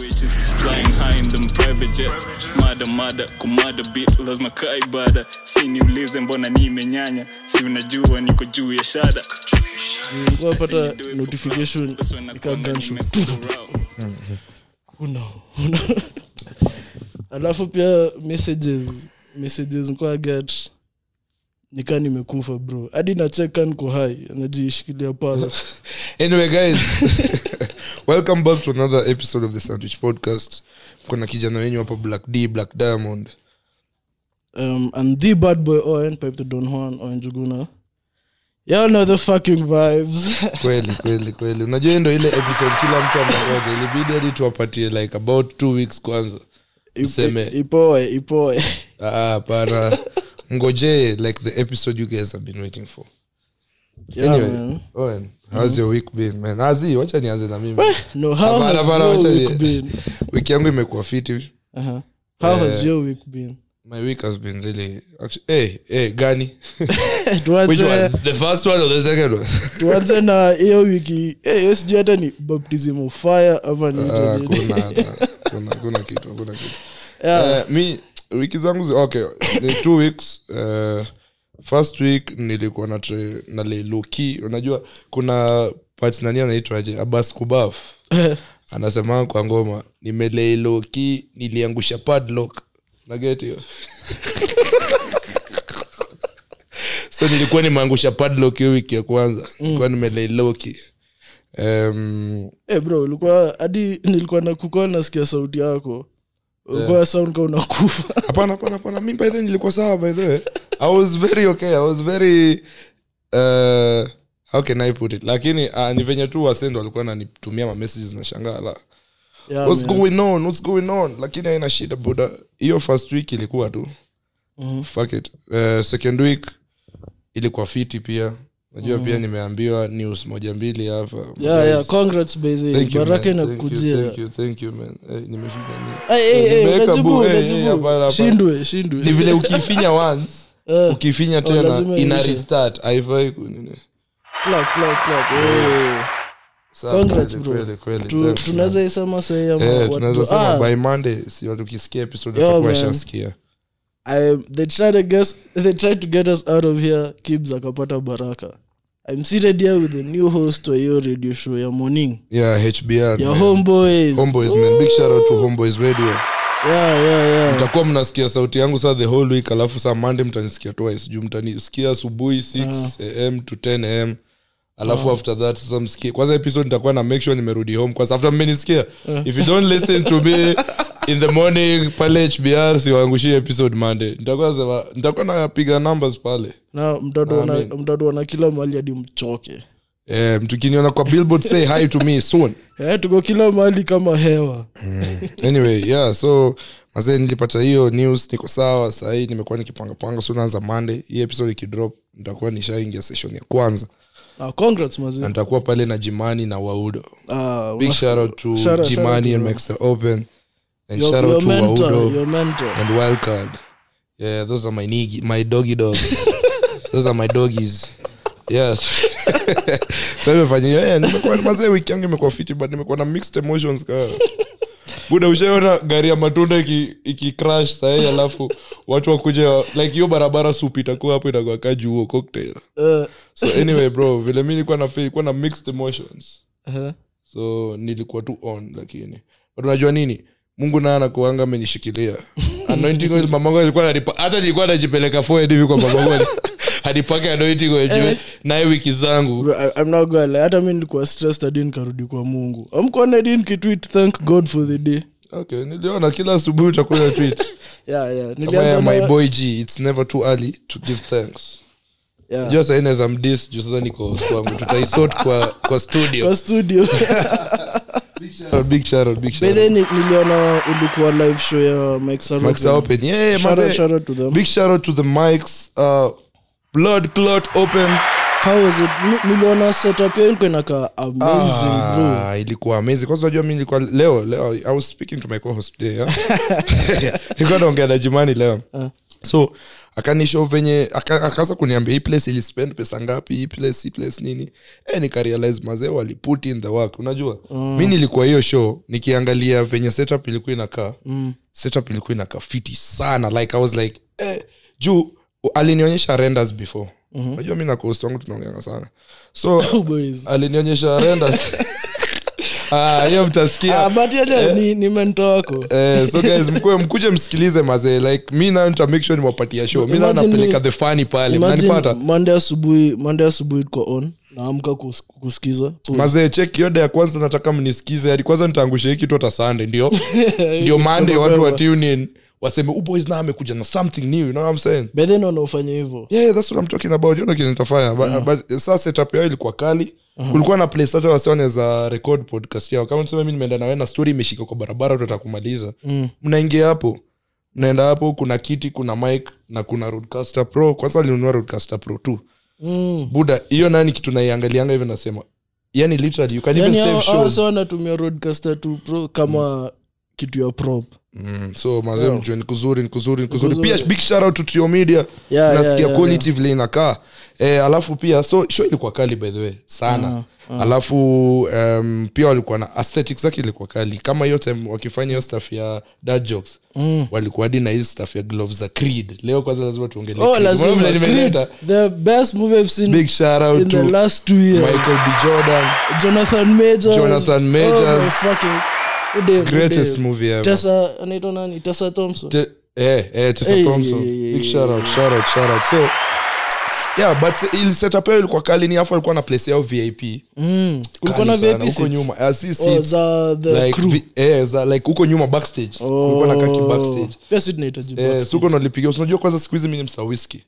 Witches flying high in them private jets mada mada kumada bit lazima kaa ibada si niulize mbona nimenyanya si unajua niko juu ya shada ngapata notification ikagansu una una alafu pia messages messages nikuwa get nikaa nimekufa bro hadi nacheka niko hai najiishikilia pala anyway guys welcome back to another episode of the sandwich podcast mkona kijana wenyu hapa black d black diamond um, and the bad boy oen pipe to don juan oen juguna y'all know the fucking vibes kweli kweli kweli unajua hii ndo ile episode kila mtu amangoja ilibidi hadi tuwapatie like about two weeks kwanza Useme. Ip- ipoe ipoe ah, para ngojee like the episode you guys have been waiting for Yeah, anyway man. Owen, how's your week been man azi wacha nianze na mimi no how Hapana, has hapana, your wacha week ni- been wiki yangu imekuwa fiti uh-huh. how has Eh, your week been my week has been really actually, hey, hey, gani which Eh, tuanze one the first one or the second one tuanze na hiyo wiki eh, hiyo sijui hata ni baptism of fire ama ni Ah, nini. kuna hata. Kuna- kuna kitu kuna kitu Yeah. Eh, mi wiki zangu zi- okay ni two weeks eh, first week nilikuwa na tre- na leluki unajua kuna part nani anaitwaje abas kubaf anasema kwa ngoma nimeleiloki niliangusha padlock naget hiyo so nilikuwa nimeangusha padlock hiyo wiki ya kwanza nilikuwa nimeleiloki um, Eh, bro ulikuwa hadi nilikuwa nakukoa nasikia sauti yako ulikuwa sound ka unakufa hapana hapana hapana mi by the way nilikuwa sawa by the way i was very okay i was very uh, how can i put it lakini uh, ni venye tu wasendo walikuwa nanitumia mamessages na shangaa la Yeah, what's man. going on what's going on lakini haina shida buda hiyo first week ilikuwa tu Mhm. fuck it uh, second week ilikuwa fiti pia najua pia nimeambiwa news moja mbili hapa Mm-hmm. Yeah, Guys, yeah, congrats by the way. thank you, man. baraka Thank you, inakujia thank you, thank you, man. Eh, nimefika nini? Ai, ai, ai, Nimeweka unajibu, bu- eh, eh, unajibu. hapana, hapana. shindwe ni shindwe vile ukiifinya once Eh, ukifinya lazima tena ina iishe. restart haifai kunini clap, clap, clap. Eh. Sawa, Congrats, kweli, bro. kweli, kweli, Eh, Tu- thanks, tunaweza isema sahi ama man. Eh, watu- tunaweza Ah, sema by monday si watu ukisikia episode Yo, watakuwa man. shasikia I, they tried to guess they tried to get us out of here kibs akapata baraka i'm seated here with the new host wa hiyo radio show ya morning yeah hbr ya man. homeboys homeboys man big shout out to homeboys radio yeah, yeah, yeah. mtakuwa mnasikia sauti yangu saa the whole week alafu saa monday mtanisikia twice juu mtanisikia asubuhi 6 am to 10 am alafu after that sasa msikie kwanza episode nitakuwa na make sure nimerudi home kwanza after mmenisikia if you don't listen to me in the morning pale hbr siwaangushie episode monday nitakuwa sema nitakuwa napiga numbers pale na Amen. mtatu wana kila mahali hadi mchoke eh mtukiniona kwa billboard say hi to me soon Eh, tuko kila mahali kama hewa Mm. anyway yeah so mazee nilipata hiyo news niko sawa sahii nimekuwa nikipangapanga so naanza monday hii episode ikidrop nitakuwa nishaingia session ya kwanza ah, congrats na mazi nitakuwa pale na jimani na waudo ah, big una- shout out to shout out- jimani shout and out to- Maxter open and your- shout out your to mentor, waudo your mentor. and wildcard yeah those are my nigi, my doggy dogs those are my doggies yes sa imefanya hiyo yeah, nimekuwa mazee wiki yangu imekuwa fiti but nimekuwa na mixed emotions kaa buda ushaiona gari ya matunda iki, iki crash sahii alafu watu wakuja like hiyo barabara supu itakuwa hapo itakuwa kaa juu huo cocktail Eh, so anyway bro vile mi nilikuwa na feel- kuwa na mixed emotions eh, so nilikuwa tu on lakini but unajua nini mungu naye anakuanga amenishikilia anointing oil mamangu alikuwa ananipa hata nilikuwa najipeleka forward hivi kwa mamangu adipake anointing oil Eh. juu naye wiki zangu bro, I- I'm not gonna lie, hata mi nilikuwa stressed hadi nikarudi kwa mungu amkuona hadi nikitweet thank god for the day okay niliona kila asubuhi utakuja tweet yeah, yeah. kama ya nilianza my nayo- boy g it's never too early to give thanks yeah. jua sahii naweza mdis juu sasa niko host wangu tutaisort kwa kwa kwa studio studio big shout big shout bedhe niliona ulikuwa live show ya mike Sarope. Mics are open. Yeah, Shout out- mazee. shout out to them. Big shout out to the mics. Uh, blood clot open. How was it? Ni- niliona setup yao ilikuwa inakaa amazing bro Ah, ilikuwa amazing kwanza unajua mi nilikuwa Ah. leo leo i was speaking to my co-host today yeah? nilikuwa naongea na jimani leo so akanisho venye aka- akaanza kuniambia hii place ilispend pesa ngapi hii place hii place nini e, nikarealize mazee waliput in the work unajua Ah. mm. mi nilikuwa hiyo show nikiangalia venye setup ilikuwa inakaa mm. setup ilikuwa inakaa fiti sana like i was like eh, juu alinionyesha renders before mm-hmm. Mhm. unajua mi na cost wangu tunaongeanga sana so Oh, Ah. boys. alinionyesha renders Ah, hiyo mtasikia Ah, but yeye ni, ni mentor wako Eh, so guys mkue mkuje msikilize mazee like mi nao nita make sure niwapatia show mi nao Imagine- napeleka the fani pale Imagine mnanipata Monday asubuhi Monday asubuhi tuko on naamka kus, kusikiza Pause. mazee cheki yoda ya kwanza nataka mnisikize hadi kwanza nitaangusha hii kitu hata sunday ndio ndio monday watu wa tune in waseme "Oh, boys na amekuja na something new you know what i'm saying By then wanaofanya hivyo yeah that's what i'm talking about you know kile nitafanya but, but saa setup yao ilikuwa kali kulikuwa na place hata wasi wanaweza record podcast yao kama tuseme mi nimeenda na wewe na story imeshika kwa barabara tutata kumaliza mnaingia hapo mnaenda hapo kuna kiti kuna mic na kuna roadcaster pro kwanza alinunua roadcaster pro tu mm. buda hiyo nani kitu naiangalianga hivyo nasema yani literally you can yani oh, even Yaani hao- save hao shows sasa wanatumia roadcaster tu pro kama kitu ya prop mm, so mazee mjue ni kuzuri ni kuzuri ni kuzuri Kuzuri. pia big shout out to Tio media Yeah, yeah, nasikia yeah, quality vile inakaa e, alafu pia so show ilikuwa kali by the way sana Uh-huh, alafu um, pia walikuwa na aesthetics zake ilikuwa kali kama hiyo time wakifanya hiyo stuff ya dad jokes mm. walikuwa hadi na hii stuff ya gloves za creed leo kwanza lazima tuongelee oh Creed. lazima Umeona vile nimeleta? Creed, the best movie i've seen big shout in out the to last two years michael b jordan jonathan majors Jonathan oh, my Majors. fucking Ude, ude. greatest movie ever tessa anaitwa nani tessa thompson Te- eh, eh, Tessa Hey, Thompson. yeah, yeah, Big yeah, shout out, shout out, shout out. So, yeah, but ili setup yao ilikuwa kali ni afu alikuwa na place yao vip mm. kulikuwa Kali na sana, VIP huko seats? nyuma Eh, si Oh, seats, za the like, crew. vi- eh, za- like huko nyuma backstage kulikuwa na kaki Oh. backstage Pia si tunahitaji Eh, box. so huko ndo nilipiga unajua kwanza siku hizi mi ni msa whisky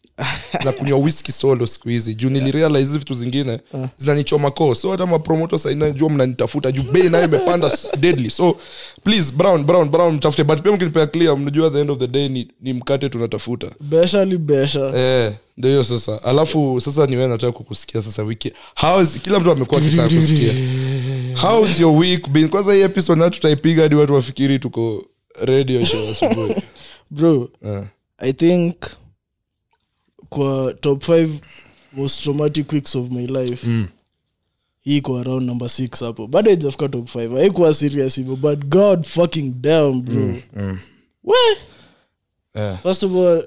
na kunywa whisky solo siku hizi juu nilirealize hizi vitu zingine zinanichoma koo so hata mapromoto sainajua mnanitafuta juu bei nayo imepanda s- deadly so please brown brown brown mtafute but pia mkinipea clear mnajua the end of the day ni, ni mkate tunatafuta besha li besha Eh, ndio hiyo sasa alafu sasa niwe nataka kukusikia sasa wiki How's, kila mtu amekuwa akitaka kusikia how's your week been kwanza hii episode nayo tutaipiga hadi watu wafikiri tuko radio show asubuhi bro Eh. i think kwa top 5 most traumatic weeks of my life mm. hii iko around number 6 hapo bado haijafika top 5 haikuwa serious hivyo but god fucking damn bro mm, mm. we Yeah. first of all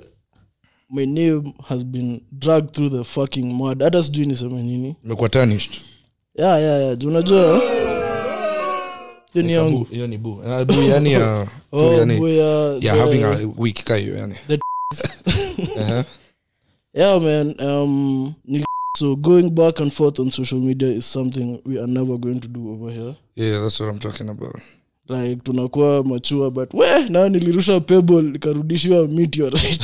my name has been dragged through the fucking mud hata sijui niseme nini imekuwa tarnished yeah, yeah, yeah. Juu unajua hiyo ni yangu hiyo ni bu Na bu yani ya tu oh, yani boy, uh, ya the- having a week ka hiyo yani Uh-huh. The Aha. Yeah, man. Um, nil- so going back and forth on social media is something we are never going to do over here. yeah that's what i'm talking about Like tunakuwa machua but we na nilirusha pebble ikarudishiwa meteorite.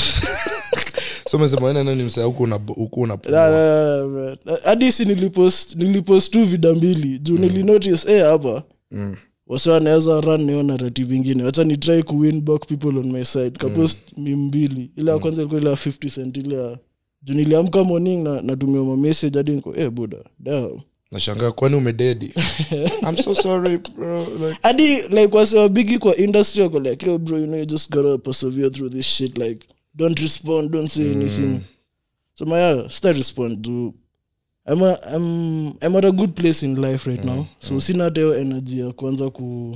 so umesema wewe nani msaya huko una huko una La, la, la, la, man. Hadi si nilipost nilipost tu vida mbili juu nilinotice eh hapa. Mm. Wasi wanaweza run nayo narrative ingine. Wacha ni try ku win back people on my side. Kapost meme mbili. Ile ya kwanza ilikuwa ile ya 50 cent ile ya juu niliamka morning na natumia ma message hadi niko eh buda. Damn. nashangaa kwani umededi i'm so sorry bro like hadi like wasewa bigi kwa industry wako like yo bro you know you just gotta persevere through this shit like don't respond don't say Mm. anything so maya sita respond to I'm, a, I'm, I'm at a good place in life right Mm, now so sina hata hiyo energy ya kuanza ku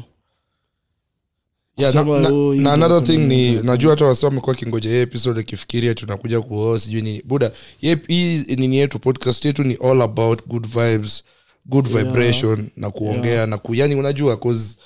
Yeah, na, Kusema, na, "Oh, hii na ndio another thing kuna ni najua hata wasi wamekuwa kingoja hii episode akifikiria tunakuja kuoa sijui nini buda hii- hii nini yetu podcast yetu ni all about good vibes good vibration na kuongea na ku yani unajua cause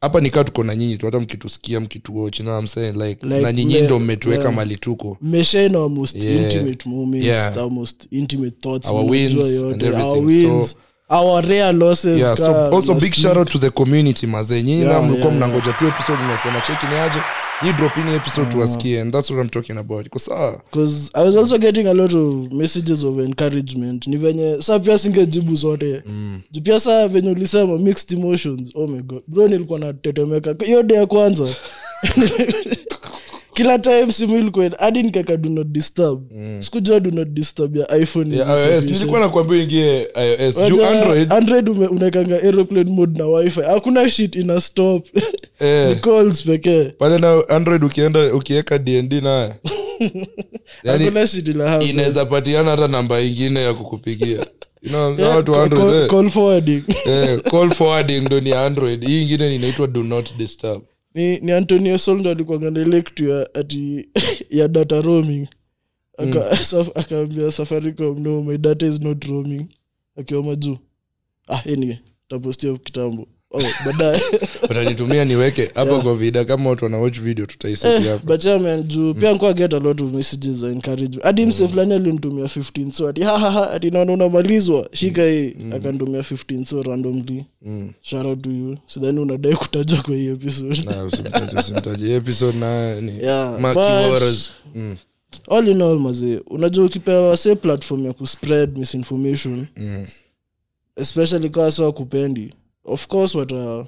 hapa nikaa tuko na nyinyi tu hata mkitusikia mkituoch na I'm saying like, Like, na nyinyi me- ndo mmetuweka yeah. mali tuko meshain our most Yeah. intimate moments Yeah. our most intimate thoughts Our mnajua wins yote, and everything, our so- wins our rare losses yeah, so ka also last big week. shout out to the community mazee nyinyi Yeah, na mlikuwa yeah, Uh-huh. mnangoja tu episode mnasema cheki ni aje hii drop ini episode tuwasikie and that's what I'm talking about kwa saa because i was also getting a lot of messages of encouragement ni venye saa pia singejibu zote mm. pia saa venye ulisema mixed emotions oh my god bro nilikuwa natetemeka hiyo day ya kwanza kila time simu ilikuwa ina- hadi nikaka do not disturb sikujua do not disturb ya iphone Mm. Yeah, ni iOS. sufficient. Eh, nilikuwa nakwambia ingie ios juu Wacha, android android ume- unaekanga aeroplane mode na wifi hakuna shit ina stop eh, Ni calls pekee pale na android ukienda ukiweka dnd naye yani hakuna shit ina happen. inaweza patiana hata namba ingine ya kukupigia You know, hawa watu wa Call- Android, eh. call forwarding Eh, call forwarding ndo ni ya android hii ingine inaitwa do not disturb ni, ni antonio sol ndo alikuanga na ile kitu ya ati ya data roaming Aka- Mm. saf- akaambia safaricom no my data is not roaming akiwa majuu ah anyway tapostia kitambo oh, baadaye utanitumia niweke hapa kwa vida kama watu wana watch video Eh, tutaiseti hapa bachaman juu pia nkuwa get a lot of messages za encouragement hadi Mm. mse fulani alinitumia 15 so ati hahaha ati naona unamalizwa shika hii akantumia 15 so randomly Mm. shout out to you sidhani unadai kutajwa kwa hii episode Na, usimtaje, usimtaje. Hii episode nayo ni Yeah, Maki but- Warriors. Mm, all in all mazee unajua ukipewa se platform ya kuspread misinformation mm, especially kaa sa kupendi of course wata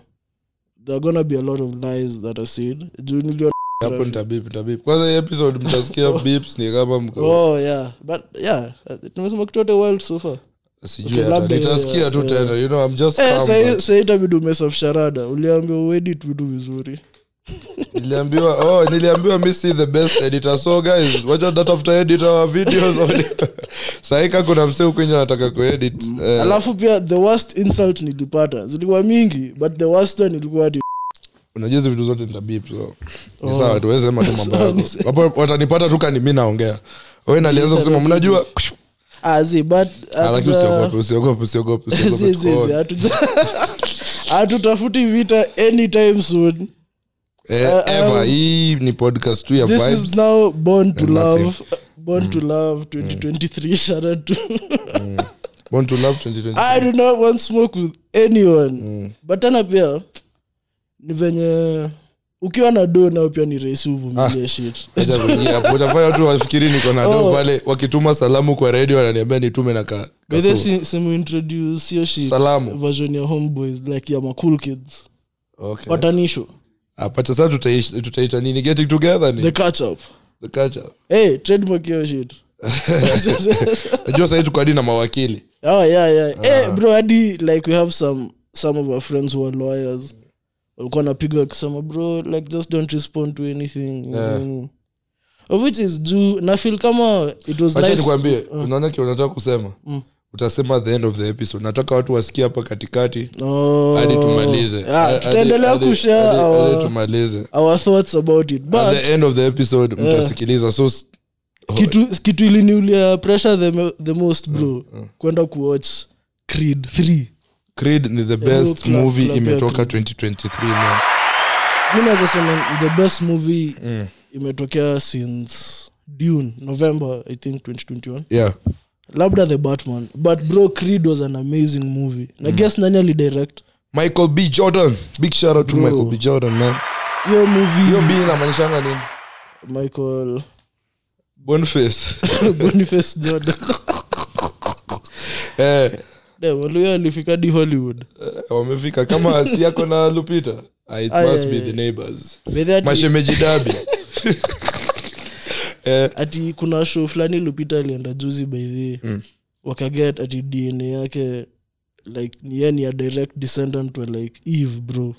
there are gonna be a lot of lies that are said juu nilio hapo nitabip nitabip kwanza hii episode mtasikia beeps ni kama mko oh yeah but yeah tumesema kitote world so far sijui Okay, hata labda- nitasikia tu eh, tena you know i'm just Eh, calm, sahi- but- sahi itabidi umesaf sharada uliambia uedit vitu vizuri niliambiwa oh niliambiwa mi si the best editor so guys wacha natafuta editor wa videos saika kuna msee ukunya anataka kuedit eh, Mm. alafu pia the worst insult nilipata zilikuwa mingi but the worst one ilikuwa ati unajua hizi vitu zote nitabip so ni Oh. sawa tuwezema tu mambo Sawa, yako ni sawa. Hapo watanipata tu kani mi naongea we nalianza kusema mnajua ah, zi, but Ah, lakini hatuja- usiogope usiogope usiogope Zi, usiogope zi, zi, tuko- hatuja- hatutafuti vita anytime soon Eh, Uh, ever um, hii ni podcast tu ya this vibes is now born to And nothing. love Mm. uh, born to love 2023 shout out to born to love 2020 i do not want smoke with anyone Mm. but tena pia ni venye ukiwa na do nao pia ni rahisi uvumilie Ah. shit Acha kuingia hapo. Utafanya watu wafikiri niko na do Oh. pale wakituma salamu kwa redio wananiambia nitume na ka- Bethe kasoro. si, simuintroduce hiyo shit salamu version ya homeboys like ya macool kids okay. watanisho Ah, pacha sasa tutaish- tutaita nini getting together ni the catch up the culture hey trademark hiyo shit najua sahii tuko hadi na mawakili Oh yeah, yeah. Ah. Eh, bro, hadi like we have some some of our friends who are lawyers walikuwa napiga wakisema bro like just don't respond to anything Yeah. Mm. of which is juu na feel kama it was pacha nice nikwambie Mm. unaona kile unataka kusema utasema at the end of the episode nataka watu wasikie hapa katikati Oh. hadi tumalize Yeah, Hadi- tutaendelea hadi- kushare hadi- hadi our- tumalize our thoughts about it at but the eh, end of the episode mtasikiliza so s- kitu, kitu iliniulia pressure the, mo- the most bro Mm, kwenda kuwatch creed 3 creed ni the best clap, movie clap, imetoka clap. 2023 man. mi naweza sema the best movie imetokea since dune november i think 2021 yeah labda the batman but bro creed was an amazing movie na guess nani alidirect michael b jordan big shout out to Bro. michael b jordan man hiyo hiyo movie b inamaanishanga nini michael boniface boniface jordan eh demaluyo alifika di hollywood wamefika kama si yako na lupita Ah, it Aye, must aye, be aye. the neighbors Bedhe ati- mashemeji dabi eh, ati kuna show fulani lupita alienda juzi by the mm. wakaget ati dna yake like ni yeye ni a direct descendant wa like eve bro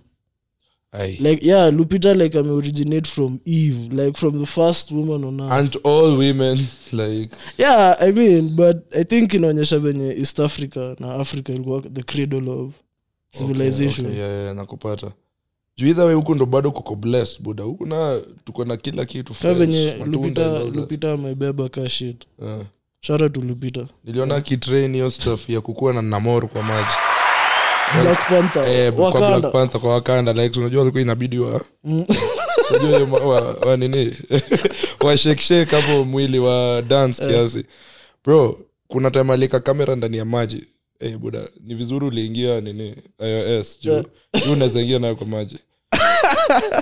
aye. like yeah lupita like ameoriginate from eve like from the first woman on earth and all women like yeah i mean but i think inaonyesha venye east africa na africa ilikuwa the cradle of civilization okay, yeah, yeah, nakupata juu either way huku ndo bado kuko blessed buda huku na tuko na kila kitu Ka fresh, venye matunda and lupita all that. lupita amebeba ka shit Eh. shout out to lupita niliona kitrain hiyo stuff ya kukuwa na namoro kwa maji black panther eh, kwa black wakanda panther kwa wakanda like unajua walikuwa inabidi wa Mm. unajua hiyo ma- wa, wa nini wa shake shake hapo mwili wa dance Eh. kiasi bro kuna time alika kamera ndani ya maji eh buda ni vizuri uliingia nini ios juu Yeah. juu unaweza ingia nayo kwa maji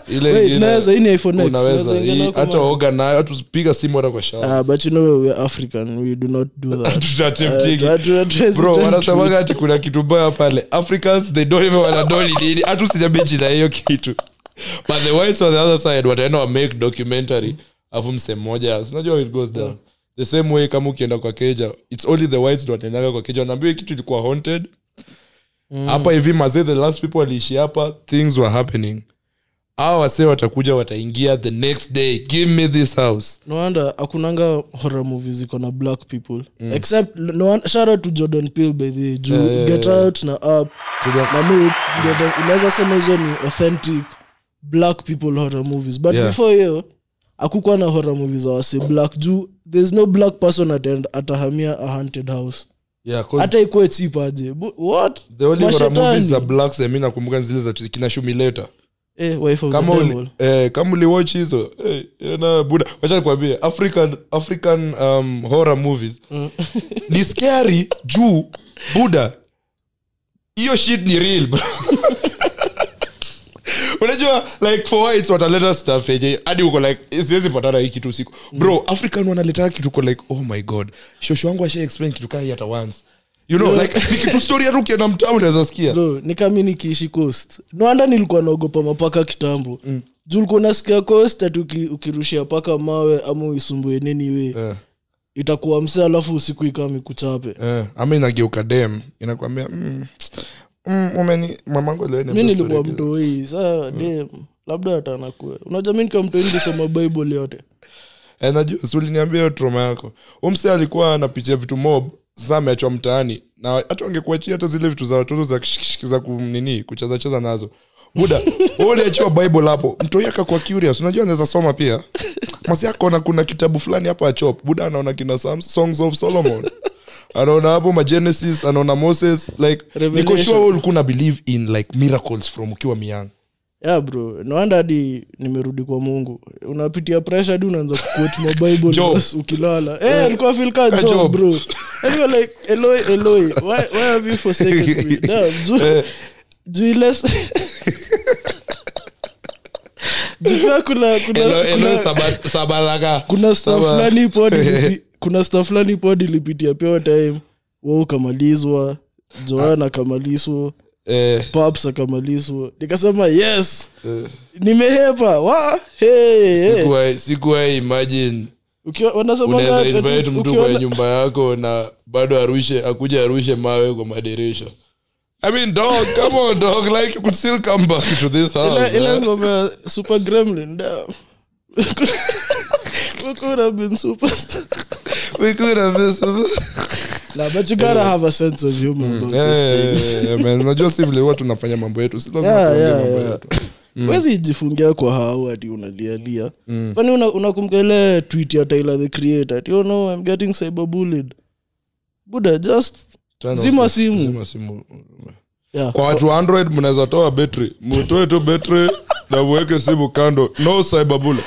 ile Wait, ingine- naweza hii ni iphone X, unaweza naweza ingia hii- nayo kwa hata mara- oga nayo hata usipiga simu hata kwa Ah, shawa but you know we're African. We do not do that. Tutatimptiki. Uh, to address bro it and wanasemaga ati kuna kitu mbaya pale africans they don't even wanadoli nini hata usiniambie jina ya hiyo kitu but the whites on the other side wataenda wamake documentary afu msehemu moja si unajua how it goes down the same way kama ukienda kwa keja its only the whites ndo wataendaga kwa keja wanaambiwa hii kitu ilikuwa haunted hapa hivi mazee the last people waliishi hapa things were happening awa wasee watakuja wataingia the next day give me this house no wonder akunanga horror movies ziko na black people except no wonder, shout out to jordan Peele by the way, juu Mm. Yeah, yeah, get yeah. out na up na mi Jordan- unaweza sema hizo ni authentic black people horror movies but Yeah. before hiyo akukuwa na horror movies za wasi black juu there's no black person ataenda- atahamia a haunted house yeah, 'cause hata ikuwe cheap aje Bu- what the only horror Mashetani. movies za blacks eh, mi nakumbuka ni zile za kina shumileta eh, wife of kama the uli, devil eh, kama uliwatch hizo eh, eh, na buda wacha nikwambie african african um, horror movies ni scary juu buda hiyo shit ni real bro. unajua like for whites wataleta stuff yenye hadi uko like siwezi patana hii kitu usiku bro african wanaleta kitu uko like oh my god shosho wangu asha explain kitu kaa hii hata once you know like ni kitu story hata ukienda mtaa unaweza sikia bro ni kama mi nikiishi coast nwanda nilikuwa naogopa mapaka kitambo mm. juu ulikuwa unasikia coast ati uki- ukirushia paka mawe ama uisumbue nini we Eh, itakuwa msee alafu usiku ikama ikuchape eh, ama inageuka dem inakwambia mm, mm, umeni mamangu leo mi nilikuwa mtoii saa Mm. dem labda atanakue unajua mi nikiwa mtoii nilisoma bible yote Eh, najua si uliniambia hiyo trauma yako umse alikuwa anapitia vitu mob sasa ameachwa mtaani na hata wangekuachia hata zile vitu za watoto za kishikishiki za kumnini kuchezacheza nazo buda wewe uliachiwa bible hapo mtoi akakuwa curious unajua anaweza soma pia masi akaona kuna kitabu fulani hapa achop buda anaona kina Psalms, songs of solomon anaona hapo magenesis anaona moses like niko Revelation. sure wewe ulikuwa una believe in like miracles from ukiwa miang ya bro nawanda hadi nimerudi kwa mungu unapitia pressure hadi unaanza kuquote mabible Job. verse ukilala eh alikuwa feel ka job, Job. bro and you were like eloi eloi why, why have you forsaken me Damn, ju- ju ile s- Ju pia kuna kuna kuna, kuna staff fulani pod kuna staff fulani pod ilipitia pia hiyo time wao ukamalizwa joana akamalizwa eh, paps akamalizwa nikasema yes nimehepa wa hey, hey. sikuwa sikuwa imagine Ukiwa- wanasemanga unaweza ati- invite mtu ukiona- kwa nyumba yako na bado arushe akuje arushe mawe kwa madirisha I mean, dog, come on, dog. Like, you could still come back to this house. ila- ila man. ngoma ya super gremlin da We could have been superstar. We could have been so- Nah, but you gotta have a sense of humor about Mm. Yeah, this yeah, thing. yeah, yeah, Eh, man. Unajua si vile huwa tunafanya mambo yetu, si lazima Yeah, tuongee yeah, mambo yeah. yetu. Huwezi jifungia kwa hao ati unalialia Mm. kwani una- unakumbuka ile tweet ya Tyler the creator ati, "Oh no, I'm getting cyberbullied." Buddha, just Turn off Zima this- simu. zima simu. yeah. kwa watu wa android mnaweza toa betri mutoe tu betri na muweke simu kando no cyberbullet.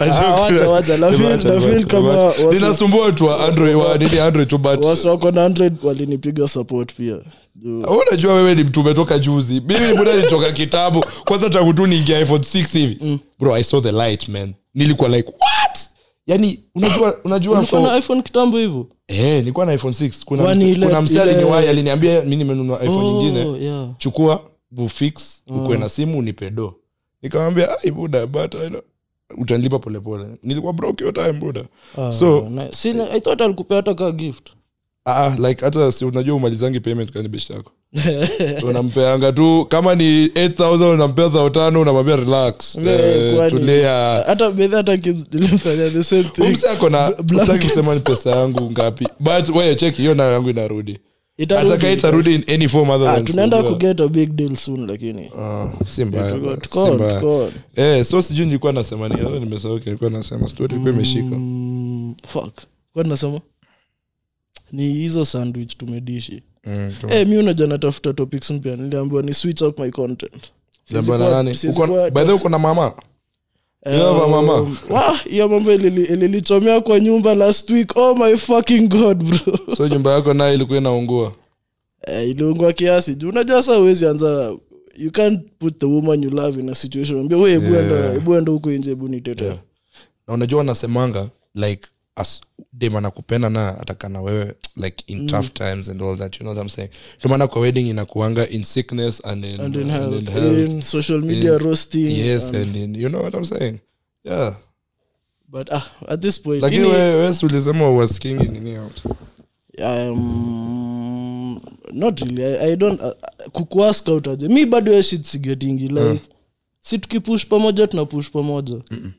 Ah, wacha, wacha. Na feel- na feel kama wasu- ninasumbua watu wa android wa nini android tu but wasi wako na 100 walinipiga support pia Juu- Wewe unajua wewe ni mtu umetoka juzi mimi muda nitoka kitabu kwanza tangu tu niingia iphone Mm. 6 hivi bro i saw the light man nilikuwa like what yani unajua unajua Ulikuwa for- na iphone kitambo hivyo Eh, nilikuwa na iphone 6 kuna Kwani mse- ile- kuna mse ile- aliniwahi aliniambia mi nimenunua iphone nyingine Oh, yeah. chukua bufix Mm. ukwe na simu unipe do nikamwambia ai buda but I know, utanilipa polepole nilikuwa broke hiyo time buda Ah. Ah. so Nice. Si, na- I thought alikupea hata ka gift ah, like hata si unajua umalizangi payment kani beshi yako unampeanga tu kama ni 8000 unampea thao tano unamwambia relax Eh, Mbe, kwani. tulia hata bedhi hata kimfanya the same thing Ah. umse ako na blankets. usitaki kusema ni pesa yangu ngapi but wewe cheki hiyo nayo yangu inarudi Itarudi. atakaye itarudi in any form other Ah, than tunaenda silver. kuget a big deal soon lakini Ah, si mbaya, Tuko- bro, tuko on, si mbaya. tuko on. Eh, so sijui nilikuwa nasema nini Naona nimesahau kile nilikuwa nasema story ilikuwa imeshika Mm, fuck kwa nasema ni hizo sandwich tumedishi Mm, tu- Eh, mi unajua natafuta topics mpya niliambiwa ni switch up my content Siwezi Jambo la kuwa- nani? siwezi Uko- kuwa- by the way, uko na mama You have a mama? Um, wah, hiyo mambo ilili- ililichomea kwa nyumba last week oh my fucking god bro so nyumba yako nayo ilikuwa inaungua eh, iliungwa kiasi juu unajua saa uwezi anza you can't put the woman you love in a situation ambia we hebu enda- hebu enda huko nje hebu nitetea na unajua wanasemanga like as dem anakupenda na atakaa na wewe like in Mm. tough times and all that you know what i'm saying ndio maana kwa wedding inakuanga in sickness and in, and in and health, in health. in social media in- roasting. yes and- and in, you know what i'm saying yeah but ah, at this point, lakini ini- wewe wewe si ulisema uwaskingi nini out um, not really i, I don't uh, kukuask out aje mi bado yo shit sigetingi Hmm. like mm. si tukipush pamoja tunapush pamoja Mm-mm.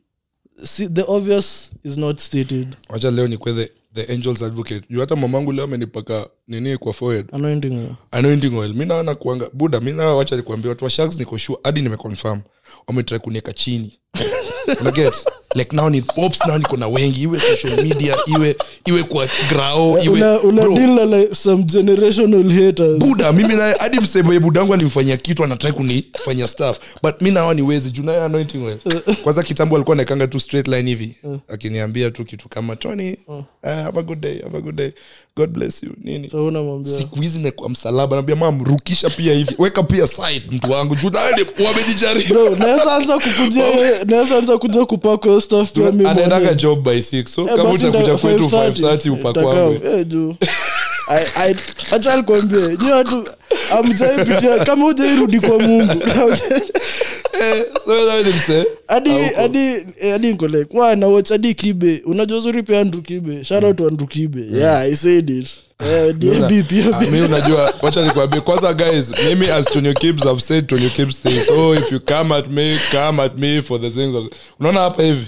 si the obvious is not stated wacha leo ni the, the angels advocate juu hata mamangu leo amenipaka nini kwa forehead anointing her. anointing oil mi naona kuanga buda mi naa wacha nikuambia watu wa sharks niko sure hadi nimeconfirm wametrai kunieka chini unaget like now ni pops now niko na wengi iwe social media iwe iwe kwa grao iwe Eh, una, una Bro, deal na like some generational haters buda mimi naye hadi mseme budangu alimfanyia kitu anatrai kunifanyia staff but mi nawa niwezi juu naye anointing oil kwanza kitambo alikuwa naekanga tu straight line hivi Eh. akiniambia tu kitu kama tony uh, have a good day have a good day god bless you nini so unamwambia siku hizi nekwa msalaba naambia mam rukisha pia hivi weka pia side mtu wangu juu nani wamejijaribu bro naweza anza kukuja naweza anza kuja kupaka hiyo stuff pia mimi anaendaga mwenyewe. job by 6 so Eh, kama basi utakuja ndio kwetu 5:30, 530 itakao. upakwangwe Eh, juu. I- I- acha nikwambie nyi watu amjaipitia kama hujairudi kwa mungu Eh, so nani mse hadi Hauko. hadi eh, hadi niko like wa na watch hadi kibe unajua uzuri pia andrew kibe shout out to andrew kibe Mm. yeah i said it eh Una- db Ah, pia mi unajua wacha nikwambie kwanza guys mimi as tonyo kibs i've said tonyo kibs things so if you come at me come at me for the things of... unaona hapa hivi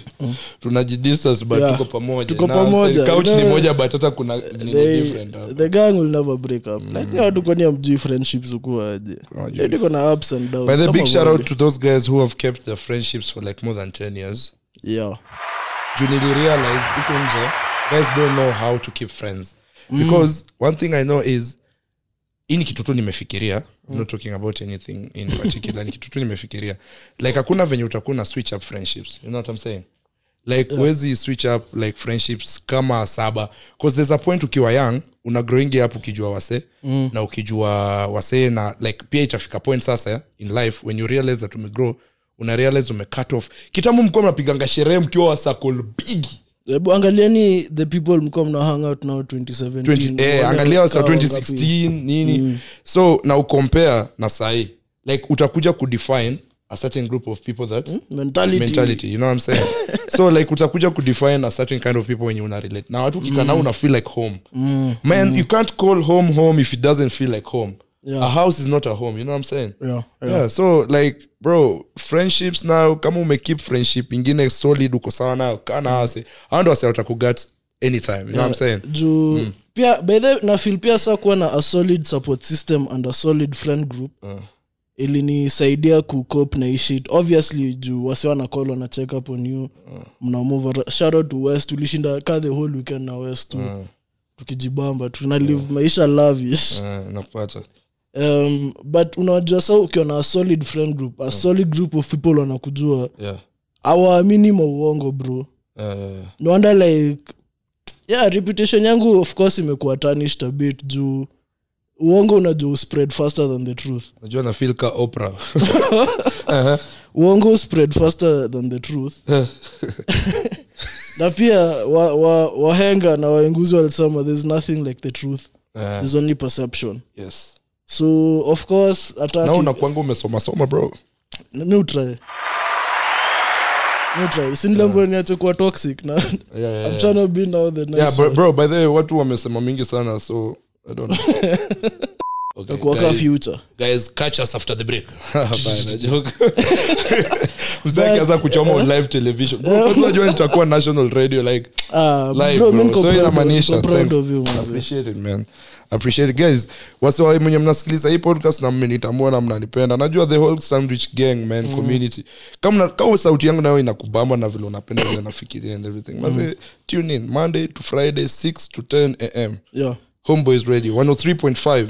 tunajidistance but Mm. Yeah. tuko pamoja Tuko Na I'm pamoja. saying, couch ni No. moja but hata kuna ni They- different hapa. Mm. the gang will never break up like nyi watu kwani amjui friendships ukuaje Hawajui. niko na ups and downs By the kama big shout vile. out to those guys who have kept their friendships for like more than 10 years. yeah Juu nilirealize huko nje eh, guys don't know how to keep friends. Because one thing I know is hii ni kitu tu nimefikiria I'm not talking about anything in particular ni kitu tu nimefikiria like hakuna venye utakuwa na switch up friendships you know what I'm saying like huwezi switch up like friendships kama saba cause there's a point ukiwa young una growing up ukijua wase mm. na ukijua wasee na like pia itafika point sasa in life when you realize that umegrow una realize ume cut off kitamu mkuwa mnapiganga sherehe mkiwa wasakol bigi hebu angaliani the people mkuwa mna hang out now 20 2017 eh, Wale angalia wasa wamekaa 2016 nini Mm. so na ucompare na sahii like utakuja kudefine a certain group of people that wangapi? Mm, mentality, mentality you know what i'm saying so like utakuja kudefine a certain kind of people when you una relate na watu ukikaa Mm. nao una feel like home man you can't call home home if it doesn't feel like home Yeah. a house is not a home you know what i'm saying Yeah, yeah. yeah so like bro friendships now kama umekeep friendship ingine solid uko sawa nayo Mm. kana ase hao ndo wase watakugat anytime you know what i'm saying juu Hmm. pia by the way, na feel pia saa kuwa na a solid support system and a solid friend group Hmm. ilinisaidia kucope na hii shit obviously juu wasi wanacall wana check up on you Hmm. mnamove ata- shout out to west tulishinda ka the whole weekend na west Hmm. tu Uh. tukijibamba tuna live maisha lavish Eh, nakupata um, but unajua sa ukiwa na a solid friend group Hmm. a solid group of people wanakujua yeah awaamini mauongo bro Eh, no wonder like yeah reputation yangu of course imekuwa tarnished a bit juu uongo unajua uspread faster than the truth najua na feel ka Uh-huh. opera uongo uspread faster than the truth na pia wahenga wa, wahenga na waenguzi walisema there's nothing like the truth eh, there's only perception yes so of course hata na aki- unakwanga umesomasoma bro mi utry mi utry sinilambo niache kuwa toxic na yeah, yeah, i'm yeah. trying to be now the nice yeah, bro, one. bro by the way watu wamesema mingi sana so i don't know okay, kuwaka guys, future guys catch us after the break Bye, na joke. Mzee akianza kuchoma on live television bro kwanza unajua nitakuwa national radio like Ah, live bro, mi bro niko so proud of- inamaanisha niko proud thanks. of you, man. appreciate it man appreciate it guys wasiwa mwenye mnasikiliza hii podcast na mmenitambua na mnanipenda najua the whole sandwich gang man community kama na- kama sauti yangu nayo inakubamba na vile unapenda vile nafikiria and everything Maze, tune in monday to friday 6 to 10 am Yeah. homeboys radio 103.5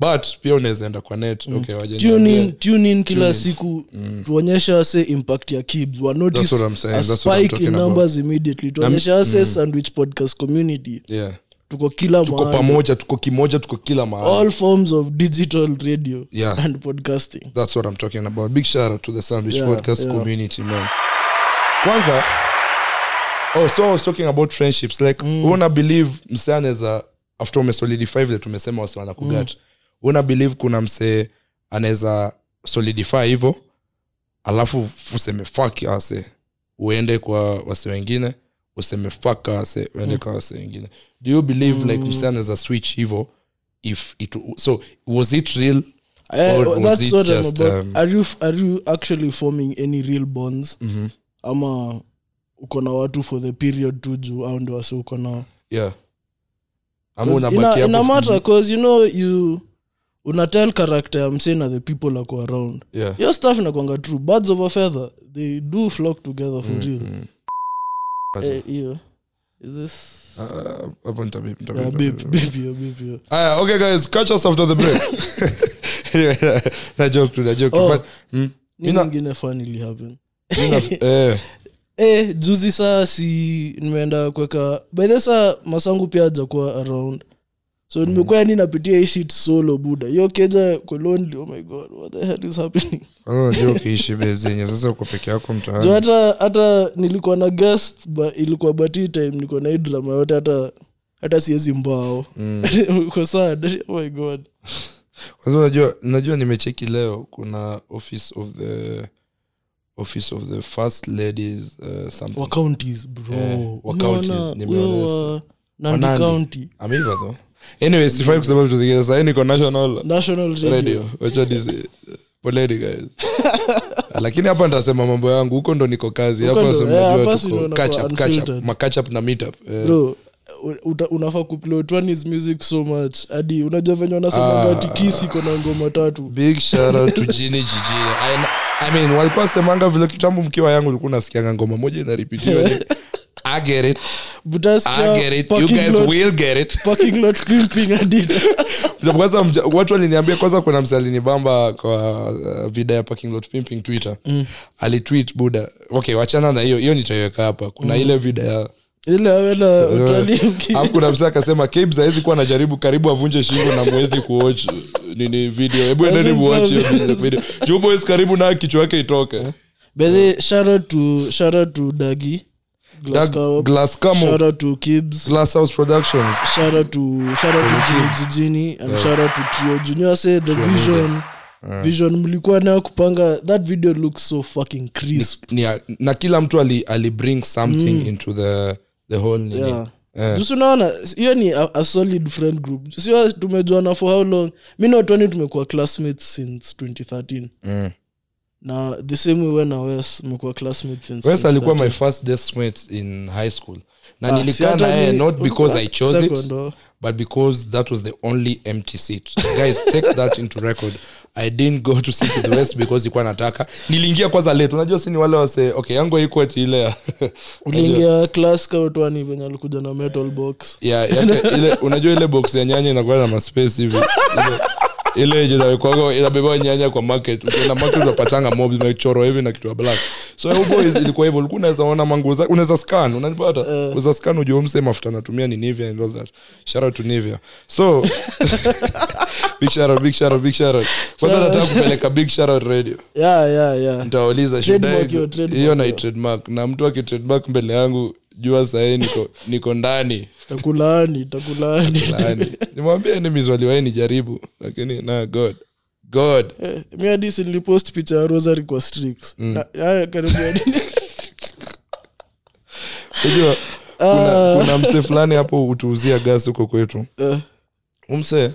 but pia unaweza enda kwa net okay Tune wajeniambia. in- tune in kila siku tuonyeshe wase impact ya kibs Mm. That's what I'm wanotice saying, that's what spike I'm talking in about. numbers immediately tuonyeshe wase sandwich podcast community yeah tuko kila tuko mahali pamoja tuko kimoja tuko kila mahali all forms of digital radio Yeah. and podcasting that's what i'm talking about big shout out to the sandwich Yeah, podcast yeah. community man kwanza oh so i was talking about friendships like mm. una believe msee anaweza after umesolidify vile tumesema wasi wanakugat mm. una believe kuna msee anaweza solidify hivyo alafu useme fak ase uende kwa wase wengine useme fak ase uende mm. kwa wase wengine do you believe mm. like msee anaweza switch hivyo if it so was it real Eh, Or was that's it what just, I'm about. um, Are you are you actually forming any real bonds Mhm. ama uko na watu for the period tu juu au ndo wase uko nao yeah ama unabaki ina, hapo ina for- matter cause you know you unatel character ya msee na the people ako around yeah hiyo stuff inakwanga true birds of a feather they do flock together for real Mm. Eh, hiyo is this Ah, ah, hapo nitabip, nitabip, yeah, nitabip. beep, beep, hiyo, beep, hiyo. Aya, okay guys catch us after the break Anyway, na joke tu, na joke tu. Oh. But, mm, Nini Ina- ingine fun ili happen ina- eh, eh juzi saa si nimeenda kuweka by the saa masangu pia hajakuwa around so nimekuwa Mm. yani napitia hii shit solo buda hiyo keja kwa lonely oh my god what the hell is happening kwanza unajua ukiishi base yenye sasa uko peke yako jo mtaani hata hata nilikuwa na guest ba, ilikuwa bati time nilikuwa na hii drama yote hata hata siwezi mbao Mm. kwa sad oh my god kwanza unajua najua nimecheki leo kuna office of the office of the first ladies uh, something wa counties bro Eh, wa counties, Unaona, nimeona huyo hiyo wa Nandi Nandi. county ameiva though anyway sifai kusema vitu zingine sahii niko national national radio, radio wacha nisi- poleni guys Ah, lakini hapa nitasema mambo yangu huko ndo niko kazi Huko hapa ndo- sema eh, najua hapa tuko si ndo unakuwa catch up, catch up, unfiltered. ma catch up na meet up eh. bro uta- unafaa kuplay Otwanis music so much hadi unajua venye wanasemanga Ah. ati kisi kona ngoma tatu big shout out to jini jijini I, I mean walikuwa semanga vile kitambo mkiwa yangu ulikuwa nasikianga ngoma moja inaripitiwa ni- I get it, Butaskia, I get it. You parking guys lot- will get it. parking lot pimping hadi Kwanza mja- watu waliniambia kwanza kuna msa alinibamba kwa uh, vida ya parking lot pimping twitter Mm. alitweet buda okay wachana na hiyo hiyo nitaiweka hapa kuna ile vida ya uh, ile awe Eh, na Mm. utalii alafu kuna msa akasema kabs awezi kuwa anajaribu karibu avunje shingo na mwezi kuwatch uh, nini video hebu endeni Lazima muwatch hiyo tuambie. video juu boys karibu nayo kichwa yake Eh? itoke Bethe, shout out to shout out to Dagi, Glass Cow, glass shout out to Kibs, glass house productions shout out to shout out to Jini Jijini and shout out to Trio Junior. Say the vision, vision mlikuwa nayo kupanga that video looks so fucking crisp. ni, na kila mtu ali, ali bring something into the, the whole nini. Mm. Yeah. Eh, Just unaona hiyo ni a, a solid friend group. Sio tumejuana for how long? Mimi na Otwani tumekuwa classmates since 2013. mm. Na the same way when na Wes mekuwa classmates since wes alikuwa 2013. my first desk mate in high school na Ah, si nilikaa hata na yeye mi- eh, not because i chose it Second, oh. but because that was the only empty seat guys take that into record i didn't go to sit with west because ikuwa nataka niliingia kwanza late unajua si ni wale wase okay yangu haikuwa ati ile ya- uliingia class kautwani venye alikuja na metal box ya yake ile unajua ile box ya nyanya inakuwa na maspace hivi Ile- ile yenye inawekwaga inabeba nyanya kwa market ukienda market unapatanga mob imechorwa hivi na kitu ya black so hiyo boys ilikuwa hivyo ulikuwa unaweza ona manguo zake unaweza scan unanipata Eh. unaweza scan ujue mse mafuta natumia ni Nivea and all that shout out to Nivea so big shout out big shout out big shout out kwanza Shout out. nataka kupeleka big shout out radio yeah, yeah, yeah. nitawauliza Trademark should I- hiyo, trademark hiyo na hiyo. trademark na mtu akitrademark mbele yangu jua sahii niko niko ndani takulaani takulaani Laani. nimwambia enemies waliwahi nijaribu lakini na god god Eh, mi hadisi nilipost picha ya rosary kwa Strix. Mm. Na- ya- karibu hadi- unajua kuna, Ah. kuna mse fulani hapo utuuzia gas huko kwetu Eh, umse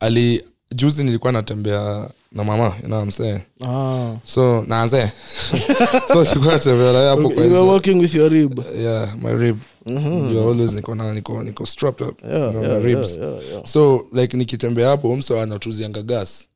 ali juzi nilikuwa natembea na mama na msee ah. so naanze so nilikuwa natembea naye hapo kwa You were hizo working with your rib. yeah my rib you always niko na niko niko strapped up Yeah, you know, yeah, my ribs yeah, yeah, yeah. so like nikitembea hapo umse anatuzianga gas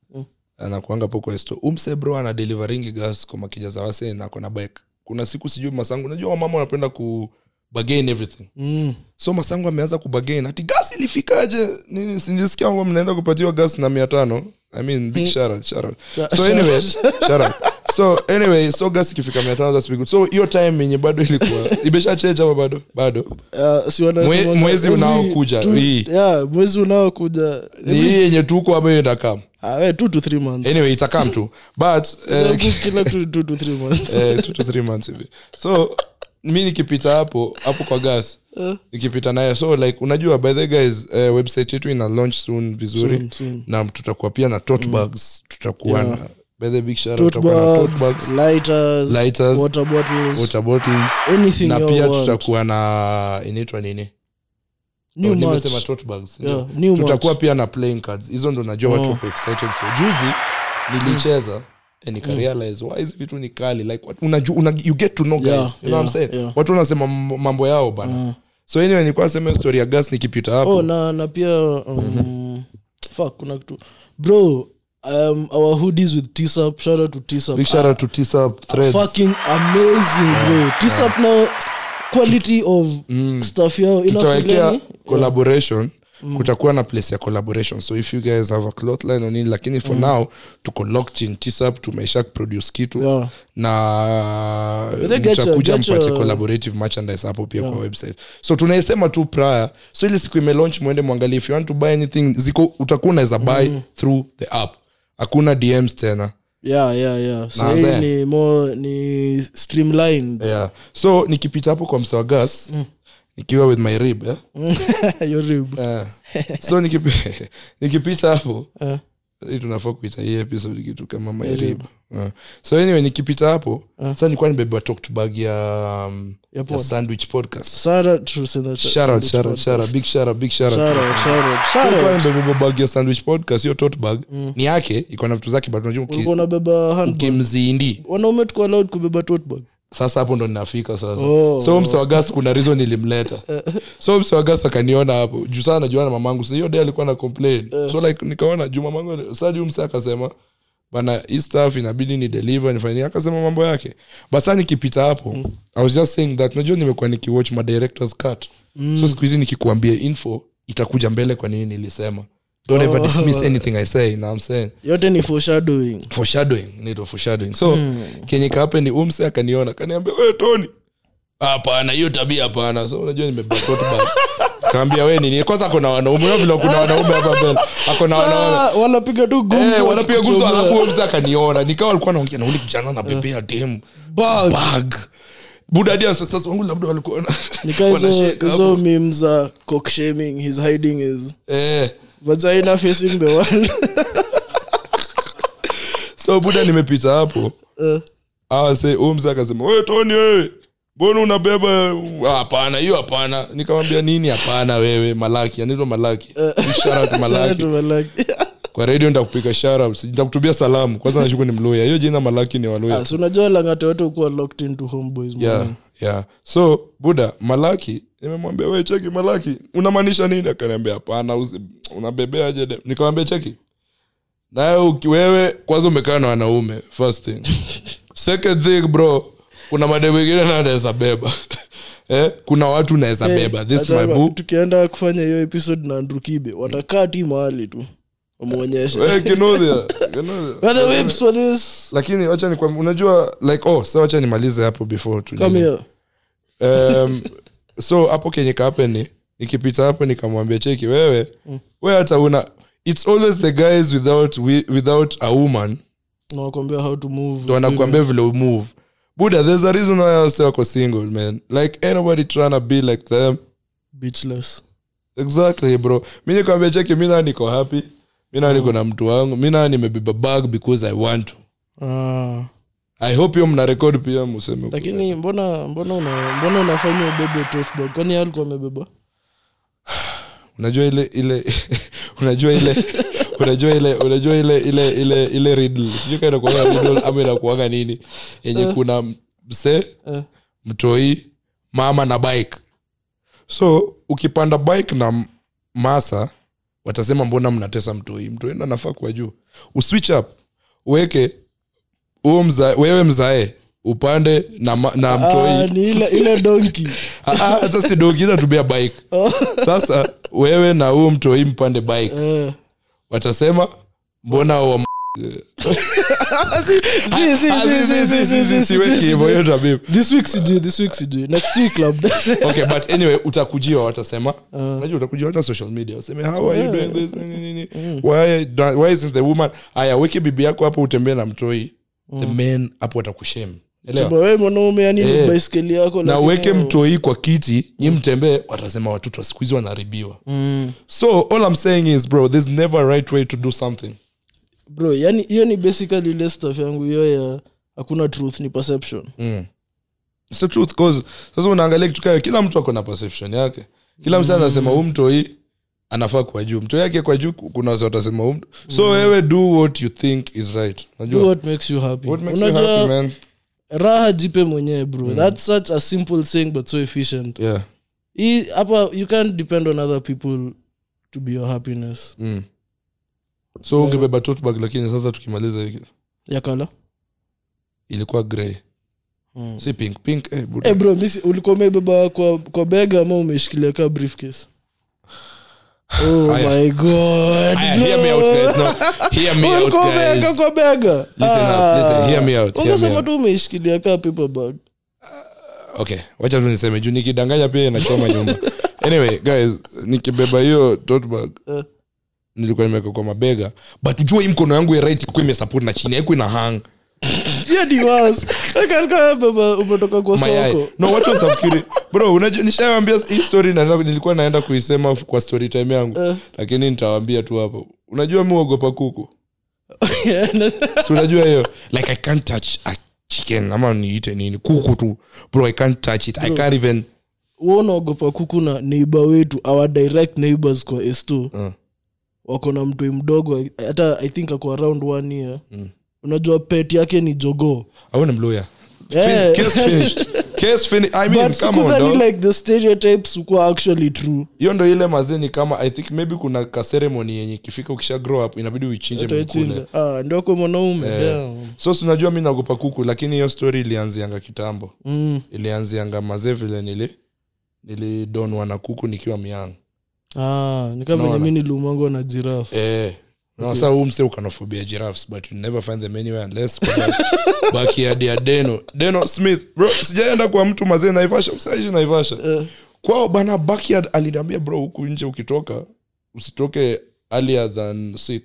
anakuanga po kwesto umse bro ana deliveringi gas kwa makija za wase na ako na bike kuna siku sijui masangu najua wamama wanapenda ku bargain everything Mm. so masangu ameanza kubagain ati gas ilifikaje nini sinisikia ngo mnaenda kupatiwa gas na mia tano i mean big shout out, Hmm. shout out. so anyway shout out. so anyway so gas ikifika mia tano that's pretty good so hiyo time yenye bado ilikuwa imesha change ama bado bado Ah, si wanasema- Mwe- mwezi every unaokuja, two- hii. Yeah, mwezi unaokuja ni hii yenye tuko ama hiyo inakam Ah, we, two to three months. anyway itakam tu but eh, Kila- kila two- two to three months. eh, two to three months hivi so mi nikipita hapo hapo kwa gas Eh. nikipita naye so like unajua by the guys eh, website yetu ina launch soon vizuri Soon, soon. na tutakuwa pia na tote bags tutakuwa Yeah. na by the big shout out, Tote tutakuwa na tote bags, bags lighters, lighters water bottles, water bottles anything na you pia want. tutakuwa na inaitwa nini New Oh, merch. nimesema tote bags ndio. Yeah, new tutakuwa merch. pia na playing cards hizo ndo najua watu Oh. wako excited for juzi Mm. nilicheza and nika realize why hizi vitu ni kali like what- unaju, una, you get to know guys Yeah, you know what yeah, I'm saying yeah. watu wanasema mambo- mambo yao bana Mm. so anyway nilikuwa nasema hiyo story ya gas nikipita hapo oh na na pia Mm-hmm. um, fuck kuna kitu bro um, our hoodies with tsap shout out to tsap big shout out to T-Sub Threads. fucking amazing bro tsap now quality of Mm. stuff yao tutawekea inafileni collaboration Mm. kutakuwa na place ya collaboration so if you guys have a cloth line or nini lakini Mm. for now tuko locked in tsap tumeisha produce kitu Yeah. na then get your- mtakuja get your- mpate collaborative merchandise hapo pia kwa website so tunaisema tu prior so ile siku imelaunch mwende mwangalie if you want to buy anything ziko utakuwa unaweza buy Mm. through the app hakuna dms tena yeah yeah yeah so hii Naanza. ni more ni streamlined yeah. so nikipita hapo kwa msewa gas Mm. nikiwa with my rib yeah? your rib Eh. so nikipi- nikipita hapo Eh. hii tunafaa kuita hii episode kitu kama mairib so anyway nikipita hapo sasa nilikuwa nibebwa talked bag ya, Eh. um, Ya ya pod. sandwich podcast shout out to Sandwich- Shout out, Sandwich shout out, Podcast. shout out, big shout out, big shout out. Shout out, shout out, So shout out. Mm. nilikuwa nibebwa bag ya sandwich podcast hiyo tote bag ni yake iko na vitu zake but unajua uki- Ulikuwa unabeba handbag. ukimzindi wanaume tuko allowed kubeba tote bag sasa hapo ndo ninafika sasa Oh. so msewagas kuna reason ilimleta so msewagas akaniona hapo juu saa najuana mamangu so hiyo day alikuwa na complain Eh. so like nikaona juu mamangu sadi mse akasema bana hii staff inabidi ni deliver nifanye akasema mambo yake but saa nikipita hapo Hmm. i was just saying that najua nimekuwa nikiwatch ma directors cut Hmm. so siku hizi nikikuambia info itakuja mbele kwa nini nilisema don't ever dismiss Oh. anything i say you know what i'm saying yote ni foreshadowing foreshadowing inaitwa foreshadowing so Hmm. kenye kaape ni umse akaniona kaniambia we toni hapana hiyo tabia hapana so unajua nimebaotba kaambia we nini kwanza akona wanaume yo vile kuna wanaume hapa mbele akona wanaume Ah, wanapiga tu gumzo Eh, wanapiga gumzo wakichomoa. alafu msa akaniona nikawa alikuwa naongea nauli kijana nabebea dem Bag. bag budadi ancestors wangu labda walikuwa na- Nika hizo- wanashake hapo. hizo meme za cock shaming he's hiding his Eh. vagina facing the wall so buda nimepita hapo Ah, Eh. awase umza akasema we toni wewe mbona unabeba uh, hapana hiyo hapana nikamwambia nini hapana wewe malaki anaitwa malaki Eh. Shout out Shout malaki out to Malaki. kwa redio ntakupika sharap ntakutubia salamu kwanza nashuku ni mluya hiyo jina malaki ni waluya Ah, si unajua langate wote ukuwa locked into homeboys yeah, man. yeah. so buda malaki nimemwambia we cheki malaki unamaanisha nini akaniambia hapana usi- unabebeaje dem?" nikamwambia cheki naye uki- wewe kwanza umekaa na wanaume first thing second thing bro kuna made wengine na anaweza beba eh, kuna watu unaweza beba this is my Eh, Hata boo tukienda kufanya hiyo episode na andrew kibe watakaa ti mahali tu wamwonyeshe Eh, kinudhia, kinudhia. Brother Whips for this lakini wacha ni unajua like oh sa wacha nimalize hapo before tu come here um, so hapo kenye kapeni nikipita hapo nikamwambia cheki wewe we hata una its always the guys without, wi- without a woman nawakwambia how to move ndo wanakuambia vile umove buda there's a reason why wase wako single man like anybody trying to be like them beachless exactly bro mi nikwambia cheki mi naa niko happy mi naa niko na mtu wangu mi naa nimebeba bag because i want to ah i hope hiyo mna record pia museme lakini mbona mbona una, mbona unafanya ubebe tote bag kwani yeye alikuwa amebeba unajua ile ile unajua ile unajua ile unajua ile ile ile ile riddle sijui kama inakuwaga riddle ama inakuwaga nini yenye kuna msee Eh. mtoi mama na bike so ukipanda bike na m- masa watasema mbona mnatesa mtoi mtoi ndo anafaa kuwa juu uswitch up uweke huo mza, wewe mzae upande na, ma- na ah, mtoi ni ile ile donki Ah, ah, hata si dogi inatumia bike Oh. sasa wewe na huyo mtoi mpande bike Eh. watasema mbona wa Si, si, Ah, si, si, si, si, si, si, si, si, siweki si, hivyo, si. hiyo tabibu. this week sijui this week sijui next week labda okay but anyway utakujiwa watasema Ah. unajua utakujiwa hata social media waseme how are you doing this nini, nini, Mm. nini. why, do- Mm. why isn't the woman aya weke bibi yako hapo utembee na mtoi the men hapo watakushame Elewa? Chaba, we mwanaume yani ni Eh. baiskeli yako na lakini uweke wewe- mtoi kwa kiti nyi Mm. mtembee watasema watoto wa siku hizi wanaharibiwa so all i'm saying is bro there's never a right way to do something bro yani hiyo ni basically ile stuff yangu hiyo ya hakuna truth ni perception It's the truth 'cause sasa unaangalia kitu kayo kila mtu ako na perception yake kila msee anasema huu mtoi anafaa kwa juu mtoi yake kwa juu kuna wase watasema huu mtu so wewe do what you think is right Mm. do najua what makes you happy what makes you happy man Mm. raha jipe mwenyewe bro that's such a simple thing but so efficient yeah hii hapa you can't depend on other people to be your happiness mm. so ungebeba tote bag lakini sasa tukimaliza hiki ya kala ilikuwa grey Mm. si pink pink eh, buda. hey bro misi ulikuwa umebeba kwa, kwa bega ama umeshikilia ka briefcase oh Aya. my god Aya, hear me out, guys. No, hear me out, Ulikuwa umeweka guys. kwa bega Listen up, listen, hear me out, hear me ungesema out. tu umeishikilia ka paper bag okay wacha tu niseme juu nikidanganya pia inachoma nyumba anyway guys nikibeba hiyo tote bag Eh. nilikuwa nimeweka kwa mabega but ujua hii mkono yangu ya right ilikuwa imesupport na chini haikuwa ina hang hiyo ni was baba umetoka kwa mayai soko no watu wasafikiri bro unajua nishawambia hii story na nilikuwa naenda kuisema kwa story time yangu Eh. lakini nitawaambia tu hapo unajua mi uogopa kuku si unajua hiyo like i can't touch a chicken ama niite nini kuku tu bro i can't touch it i can't even Wewe unaogopa kuku na neiba wetu our direct neighbors kwa s2 Mm. wako na mtoi mdogo hata i think ako around one year Mm. unajua pet yake ni jogoo aone mluya Yeah. case finished case finished i mean but come on dog. sikudhani like the stereotypes ukuwa actually true hiyo ndo ile mazee ni kama i think maybe kuna kaseremoni yenye ikifika ukisha grow up inabidi uichinje mkule Eh. Utaichinja. ah, ndio kwa mwanaume yeah. so sinajua mi nagopa kuku lakini hiyo story ilianzianga kitambo mm. ilianzianga mazee vile nili nilidonwa na kuku nikiwa miang ah, nikavenye Unaona? mi niliumangwa na jirafu eh. No, sasa huu mse ukanofobia giraffes but you never find them anywhere unless kwa backyard ya deno deno smith bro sijaenda kwa mtu mazee naivasha msaishi naivasha Eh. kwao bana backyard aliniambia bro huku nje ukitoka usitoke earlier than 6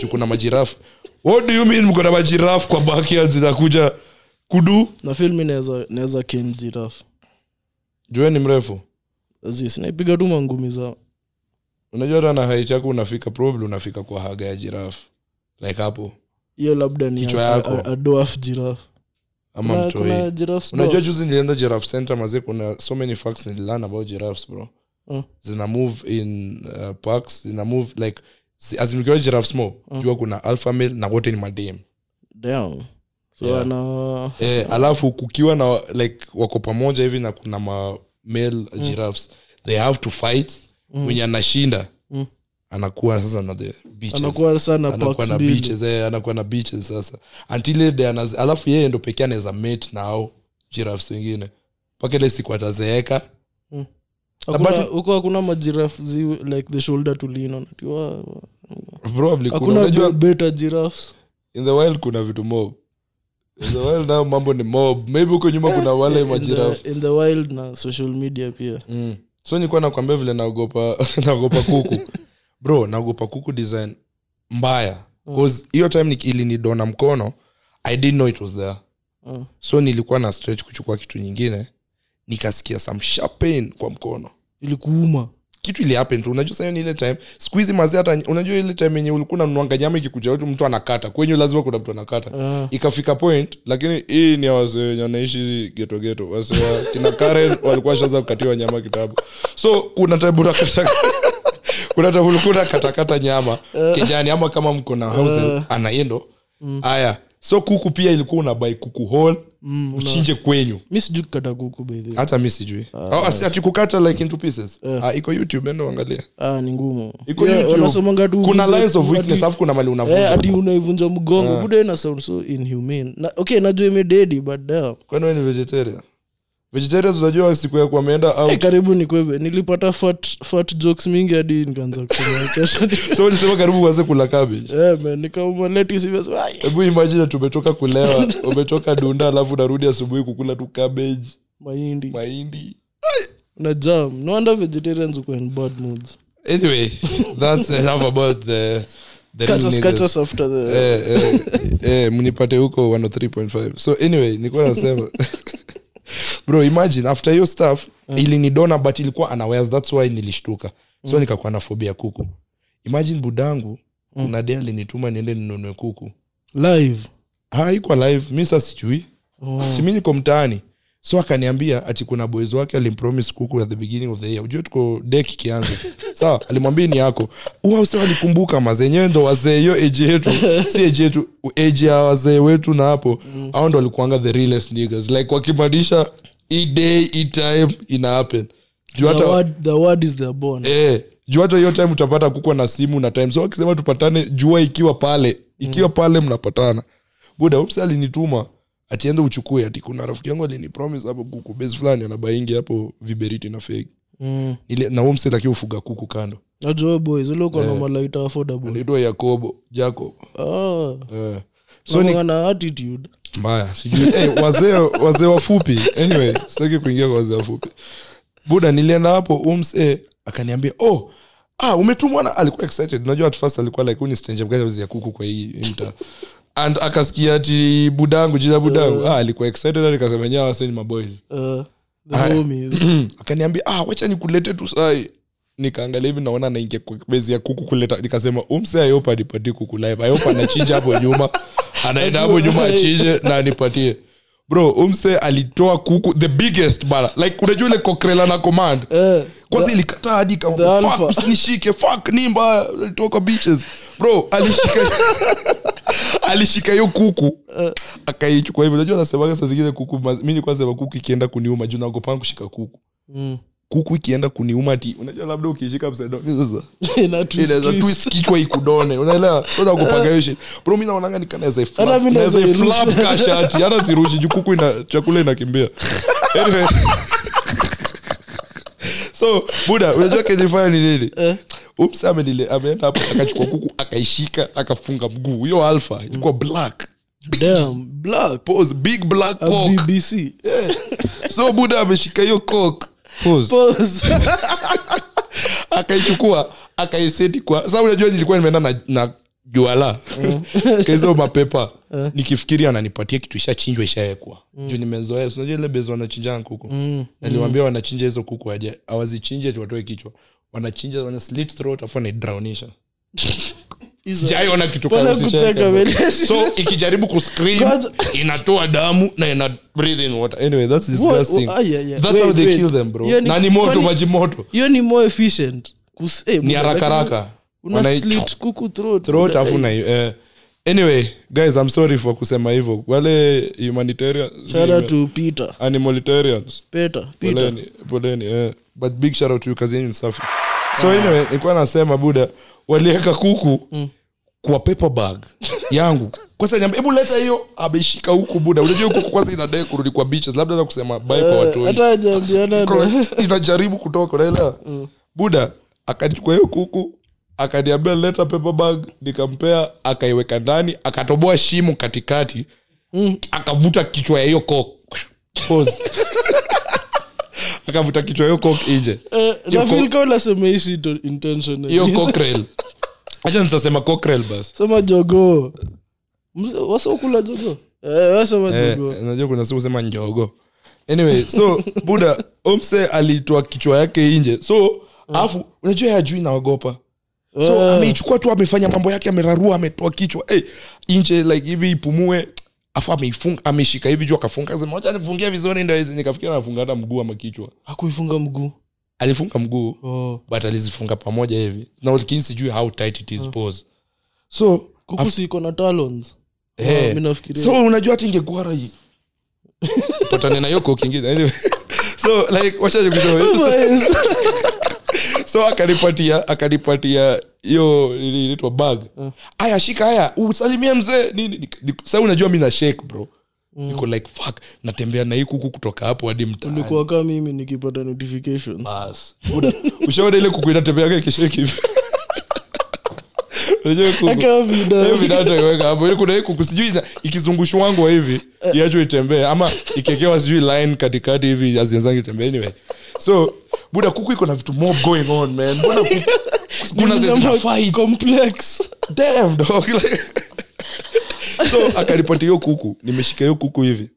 juu kuna majirafu what do you mean mko na majirafu kwa backyard zinakuja kudu na filmi naweza naweza ken jirafu jueni mrefu zis naipiga tu mangumi zao unajua hata na height yako unafika probably unafika kwa haga ya jirafu like hapo hiyo labda ni Kichwa a- yako. a- a dwarf giraffe. ama Kuna- kuna mtoi giraffes unajua dwarf. juzi nilienda giraffe center mazee kuna so many facts nililearn about giraffes bro Mm. zina move in uh, parks zina move like zi- as in ukiwa giraffe small jua kuna alpha male na wote ni madame Damn. So Yeah. ana- eh, alafu kukiwa na like wako pamoja hivi na kuna ma male giraffes they have to fight mwenye anashinda Mm. anakuwa sasa na the beaches anakuwa sana anakuwa packs na mbili. beaches eh, anakuwa na beaches sasa until ile day anaz- alafu yeye ndo pekee anaweza mate na au giraffes wengine mpaka ile siku atazeeka Hakuna- But- huko hakuna majiraf like the shoulder to lean on Ati wa- wa- probably kuna hakuna be- unajua better giraffes in the wild kuna vitu mob in the wild nao mambo ni mob maybe huko nyuma kuna wale In the- majirafu in the wild na social media pia mm. so nilikuwa nakwambia vile naogopa naogopa kuku bro naogopa kuku design mbaya Mm. Cause hiyo time ni- ilinidona mkono i didn't know it was there Ah. so nilikuwa na stretch kuchukua kitu nyingine nikasikia some sharp pain kwa mkono ilikuuma kitu ili happen tu unajua sayo ni ile time siku hizi mazee hata unajua ile time yenye ulikuwa unanuanga nyama ikikuja tu mtu anakata kwenye lazima kuna mtu anakata Ah. ikafika point lakini hii ni ya wasee wenye wanaishi hizi geto geto wasee wa kina Karen walikuwa shaza kukatiwa nyama kitabu so kuna tabu na kata kuna tabu ulikuwa unakatakata nyama kijani ama kama mko na Eh. house anaendo Mm. haya so kuku pia ilikuwa unabai kuku whole Mm, uchinje kwenyu mi sijui kukata kuku by the way. hata mi sijui Ah, Au, asi- ati kukata like into pieces Ah, iko youtube endo angalia ah, ni ngumu iko Eh. Yeah, youtube wanasomanga tu kuna uvunje- lines of uvunje- weakness alafu Ah. kuna mali Eh, unavunja hadi unaivunja mgongo buda ina sound so inhumane na, okay najua imededi but damn. kwani wewe ni vegetarian vegetarians unajua siku ya kuameenda au Eh, karibu ni kweve nilipata fat, fat jokes mingi hadi nikaanza kuchesha so ulisema karibu uanze kula cabbage nikauma lettuce hivi, so, ai, hebu imagine tumetoka kulewa umetoka dunda alafu unarudi asubuhi kukula tu cabbage mahindi mahindi na jam no wonder vegetarians were in bad moods anyway that's enough about the the catch new us, niggas. catch us after the Eh, eh, eh, mnipate huko 103.5 so anyway nilikuwa nasema bro imagine after hiyo stuff Eh. ilinidona but ilikuwa unawares thats why nilishtuka Mm. so nikakuwa na phobia ya kuku imagine budangu mm. unade alinituma niende ninunue kuku live. haiko live mi sa sijui Oh. si mi niko mtaani so akaniambia ati kuna boys wake alimpromis kuku at the beginning of the year ujue tuko dek kianza sawa alimwambia ni yako uause walikumbuka mazenyewe ndo wazee hiyo eji yetu si eji yetu eji ya wazee wetu na hapo au ndo walikuanga the realest niggas like wakimaanisha i day i time ina happen juu The hata word, the word is their born. Eh, juu hata hiyo time utapata kuko na simu na time so akisema tupatane jua ikiwa pale ikiwa pale mnapatana buda ups alinituma atiende uchukue ati kuna rafiki yangu alinipromise hapo kuku base fulani anabaingi hapo viberiti na fegi Mm. Nile- na umsi takiwa ufuga kuku kando Najua boys, ule Eh. uko na malaita affordable. anaitwa yakobo jacob Ah. eh. so So ni na attitude. mbaya sijui Eh, wazee wazee wafupi anyway sitaki kuingia kwa wazee wafupi buda nilienda hapo umse akaniambia oh ah umetumwa na alikuwa excited najua at first alikuwa like uni stranger mgani ya kuku kwa hii hii mtaa and akasikia ati budangu jina budangu ah alikuwa excited hadi kasema nyawa waseni maboys Uh, the Aya. homies. akaniambia ah wacha nikulete tu sai nikaangalia hivi naona naingia kwa bezi ya kuku kuleta nikasema "Um, umse ayopa anipatie kuku live ayopa anachinja hapo nyuma anaenda hapo nyuma achinje na anipatie bro umse alitoa kuku the biggest bana like unajua ile kokrela na command Eh, kwanza ilikataa hadi kama, the "Fuck, alpha." usinishike fuck ni mbaya alitoka beaches bro alishika alishika hiyo kuku Eh. akaichukua hivi unajua anasemaga saa zingine kuku ma- mi nilikuwa nasema kuku ikienda kuniuma juu naogopanga kushika kuku mm. kuku ikienda kuniuma ti unajua labda ukishika upside down, sasa Ina twist, inaweza twist. twist kichwa ikudone unaelewa so naogopaga hiyo shit bro mi naonanga nika naweza iflap- Hata mi naweza naweza irusha. iflap ka shati hata sirushi juu kuku ina chakula inakimbia anyway so buda unajua kenifaya ni nini Eh. umsa amenile- ameenda hapo akachukua kuku akaishika akafunga mguu hiyo alfa ilikuwa black Damn, black. pose big black Mm. A cock BBC. so buda ameshika hiyo cock pose Pause. akaichukua akaiseti kwa sababu unajua nilikuwa nimeenda na, na juala Mm. kaizo mapepa Eh. nikifikiria ananipatia kitu ishachinjwa ishawekwa Mm. juu nimezoea si unajua ile bezi wanachinjanga kuku naliwambia wanachinja hizo kuku aje awazichinje ati watoe kichwa wanachinja wana slit throat afu anaidraunisha Hizo. sijaiona kitu Pole kama kucheka, sicheka. man. so ikijaribu kuscream Kwanza- inatoa damu na ina breathe in water anyway that's Wa- wa- disgusting ah, yeah, yeah. that's Wait, how they wait. kill them bro Hiyo ni- na ni moto kwani- maji moto hiyo ni more efficient Kus- eh, ni buda, haraka lakini haraka una Wanai- slit kuku throat, throat buda, afu eh. na eh. anyway guys i'm sorry for kusema hivyo wale humanitarian Shout out to Peter. animalitarians Peter, Peter. poleni poleni eh. but big shout out to you kazi yenu ni safi so Ah. anyway nilikuwa nasema buda waliweka kuku Mm. kwa paper bag yangu kwanza niambia hebu leta hiyo ameshika huku buda unajua kuku kwanza inadai kurudi kwa beaches labda hata kusema bye kwa Eh, watu hata hajaambiana na- Correct. inajaribu kutoka unaelewa buda akanichukua hiyo kuku akaniambia leta paper bag nikampea akaiweka ndani akatoboa shimo katikati akavuta kichwa ya hiyo cock. Pause. akavuta kichwa ya hiyo cock nje Eh, Hiyo na feel cock- kama unasema hii shit intentionally. hiyo cockerel acha nitasema cockerel basi sema jogoo Mse- wasokula jogoo Eh, wasema Eh, jogoo najua kuna siku sema njogo anyway so buda omse alitoa kichwa yake nje so alafu unajua yeye hajui naogopa so Ah. ameichukua tu amefanya mambo yake amerarua ametoa kichwa hey, nje like hivi ipumue afu ameifunga ameshika hivi juu akafunga sema wacha nifungie vizuri ndo hizi nikafikiria anafunga hata mguu ama kichwa hakuifunga mguu alifunga mguu oh. but alizifunga pamoja hivi na lakini sijui how tight it is pose so Ah. kuku si iko na talons Eh. Ah, mi nafikiria so unajua hata ingekuwa rahisi patane na yoko kingine anyway. so like wacha nikutoe. Boys. so akanipatia akanipatia hiyo nini inaitwa bag aya shika haya usalimie mzee nini nik- nik- sa unajua mi na shake bro niko like fuck natembea na hii kuku kutoka hapo hadi mtaani ulikuwa kaa mimi nikipata notifications Bas. Buda, ushaona ile kuku inatembeaga ikishake hivi unajua kuku Aka vida. hiyo vidata iweka hapo Ile kuna hii kuku sijui ina- ikizungushu wangu wa hivi Eh. iachwe itembee ama ikiekewa sijui line katikati hivi azienzangi itembee anyway so buda kuku iko na vitu more going on man mbona kuku- kuna Mimi zile naona zina fight complex damn dog like, so akanipatia hiyo kuku nimeshika hiyo kuku hivi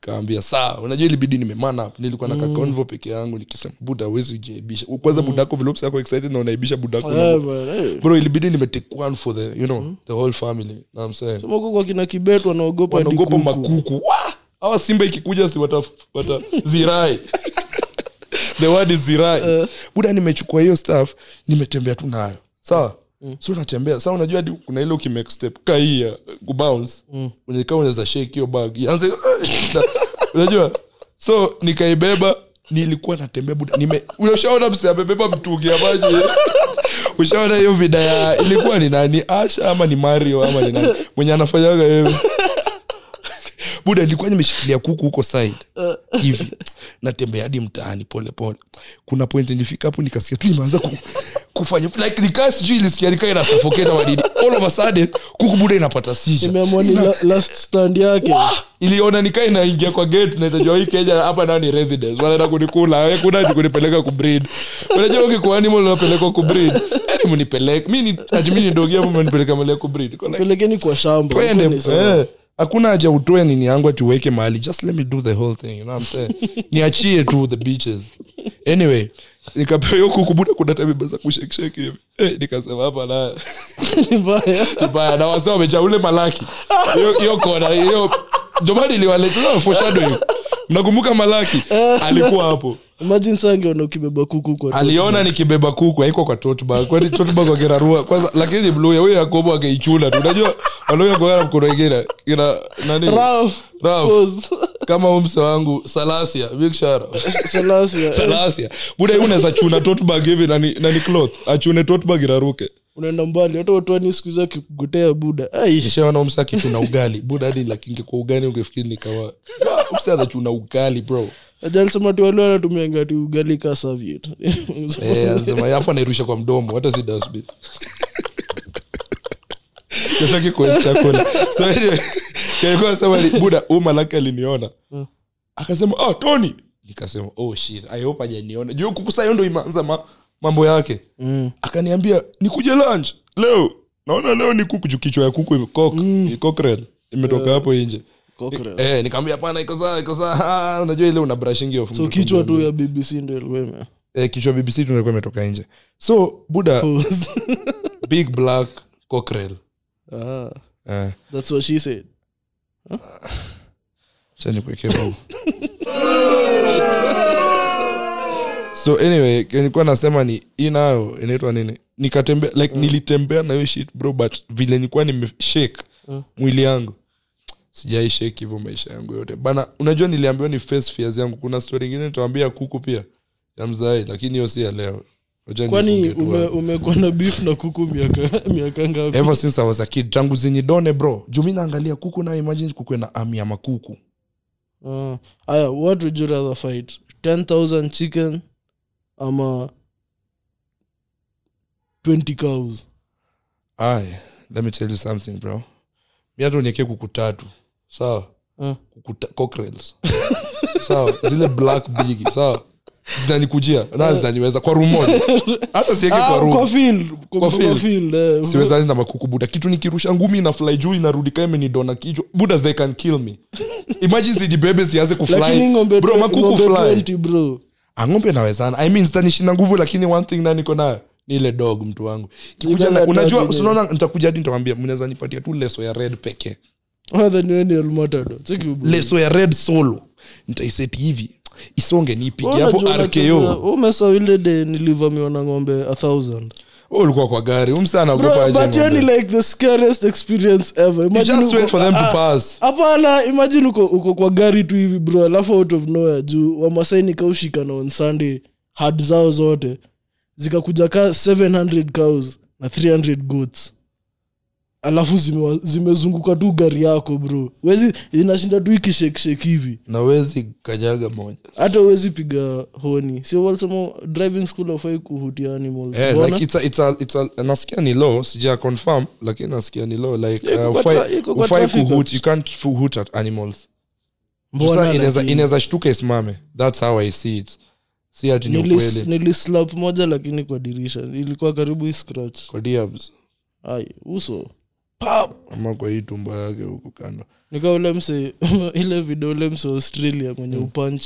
kaambia saa unajua ilibidi nimeman up nilikuwa na Mm. kaconvo peke yangu nikisema buda awezi ujiaibisha kwanza budako vilopsi yako excited na unaibisha budako Eh, bwana, eh. bro ilibidi nimetake one for the you know the whole family na I'm saying Sema huko kwa kina kibet wanaogopa hadi wanaogopa kuku. makuku Wah! hawa simba ikikuja si wata, wata zirai the word is zirai buda nimechukua hiyo staff nimetembea tu nayo sawa so unatembea saa unajua hadi kuna ile ukimake step kaia kubounce unakaa unaweza shake hiyo bag ianze eh, unajua so nikaibeba nilikuwa natembea buda nime unashaona mse amebeba mtungi ya maji ushaona hiyo vida ya ilikuwa ni nani asha ama ni mario ama ni nani mwenye anafanyaga hivi buda nilikuwa nimeshikilia kuku huko side hivi natembea hadi mtaani pole pole kuna point nilifika hapo nikasikia tu imeanza ku, kufanya like nikaa sijui ilisikia nikaa inasafoketa madini all of a sudden kuku buda inapata sija Nimeamua ni la- last stand yake iliona nikaa inaingia kwa gate na itajua hii kenya hapa nao ni residence wanaenda kunikula eh, kuna ati kunipeleka kubrid unajua ukikuwa animal unapelekwa kubrid yani mnipeleke mi ni ajimi nidogia hapo mnipeleka mali ya kubrid Kwa like, pelekeni kwa shamba twende Huko ni sawa. eh, hakuna haja utoe nini yangu ati uweke mahali just let me do the whole thing you know what I'm saying niachie tu the beaches anyway nikapewa hiyo kuku buda kuna tabia za kusheksheki hivi eh, nikasema hapa na Ni mbaya. vibaya na wazee wamejaa ule malaki hiyo hiyo kona hiyo jomani liwaletea foreshadowing nakumbuka malaki alikuwa hapo Imagine saa angeona ukibeba kuku kwa aliona nikibeba kuku haiko kwa totbag kwani totbag wakirarua kwanza lakini ni blue huyo yakobo akeichuna tu unajua wanaoyakogana mkono wengine kina nani Ralph. Ralph. Pause. kama umse wangu salasia big shout out. Selassie, eh. salasia buda hii unaweza chuna totbag hivi nani, nani cloth achune totbag iraruke unaenda mbali hata watuani siku hizi akikugotea buda Ai. nishaona umse akichuna ugali buda hadi lakinge kwa ugali ungefikiri nikawa Ah, umse anachuna ugali bro Aje alisema ati wale wanatumia ngati ugali ka serviette. Eh, anasema afu anairusha kwa mdomo hata si dustbin nataki kuweza chakula so anyway, nilikuwa nasema ni- buda huu malaki aliniona akasema oh, tony nikasema oh shit i hope hajaniona juu kuku saa hiyo ndo imeanza ma, mambo yake Mm, akaniambia nikuje lunch leo naona leo ni kuku juu kichwa ya kuku Mm. imekok cockerel imetoka hapo nje Cockerel. eh nikamwambia hapana iko sawa iko sawa Ah, unajua ile una brushing off so kichwa mm, tu ya bbc ndo ilikuwa ime- eh, kichwa bbc tunakuwa imetoka nje so buda Pause. big black cockerel Ah, eh, that's what she said acha nikuwekee bau. so anyway nilikuwa nasema ni hii nayo inaitwa nini nikatembea like nilitembea na hiyo shit bro but vile nilikuwa nimeshake mwili yangu sijai shake hivyo maisha yangu yote bana unajua niliambiwa ni face fears yangu kuna story ingine nitawambia kuku pia ya mzae lakini hiyo si ya leo Wacha kwani nifunge tu ume- hapo. umekuwa na beef na kuku miaka miaka ngapi ever since i was a kid tangu zinyidone bro jumi naangalia kuku na imagine kuku na ami ya makuku Ah. aya what would you rather fight 10000 chicken ama 20 cows ay let me tell you something bro mi hata uniekee kuku tatu sawa Ah. kuku ta- cockroaches. sawa zile black bigi sawa zinanikujia na zinaniweza kwa room moja hata sieke Ah, kwa kwa room field kwa, Kwa kwa field. field eh. siwezani na makuku buda kitu nikirusha ngumi na fly juu inarudi kaa imenidona kichwa budas they can kill me imagine zijibebe zianze lakini kufly ngombe bro makuku ngombe fly 20 bro Ah, ng'ombe nawezana i mean zitanishinda nguvu lakini one thing na niko nayo ni ile dog mtu wangu Kikuja Ile na, dog unajua yenyewe. sinaona nitakuja hadi nitawambia mnaweza nipatia tu leso ya red pekee rather than any matado cheki bro leso ya red solo nitaiseti hivi isonge niipige Wewe hapo unajua unachezea- rko wewe umesahau ile day nilivamiwa na ng'ombe a thousand Oh, ulikuwa kwa gari Bro, but hiyo ni umsanaogopa like the scariest experience ever Imagine just wait uko- for them to Ah, pass hapana imagine uko, uko kwa gari tu hivi bro alafu out of nowhere juu wamasai nikaushikana on sunday had zao zote zikakuja ka 700 cows na 300 goats alafu zimewa- zimezunguka tu gari yako bro wezi inashinda tu ikishekshek hivi nawezi kanyaga moja hata uwezi piga honi sio walisema driving school afai kuhutia animals Eh, Mbona? like it's a, it's a, it's a, nasikia ni law sija confirm lakini nasikia ni law like Yeah, iko kwa uh, ufai- tra- iko kwa ufai traffic kuhut you can't hoot at animals Mbona Sasa inaweza- lakini? inaweza shtuka isimame thats how i see it si ati ni Nilis- ukweli nilislap moja lakini kwa dirisha ilikuwa karibu hii scratch kwa diabs ai uso pap ama kwa hii tumbo yake huku kando nika ule mse ile video ule mse wa australia Mm. mwenye upunch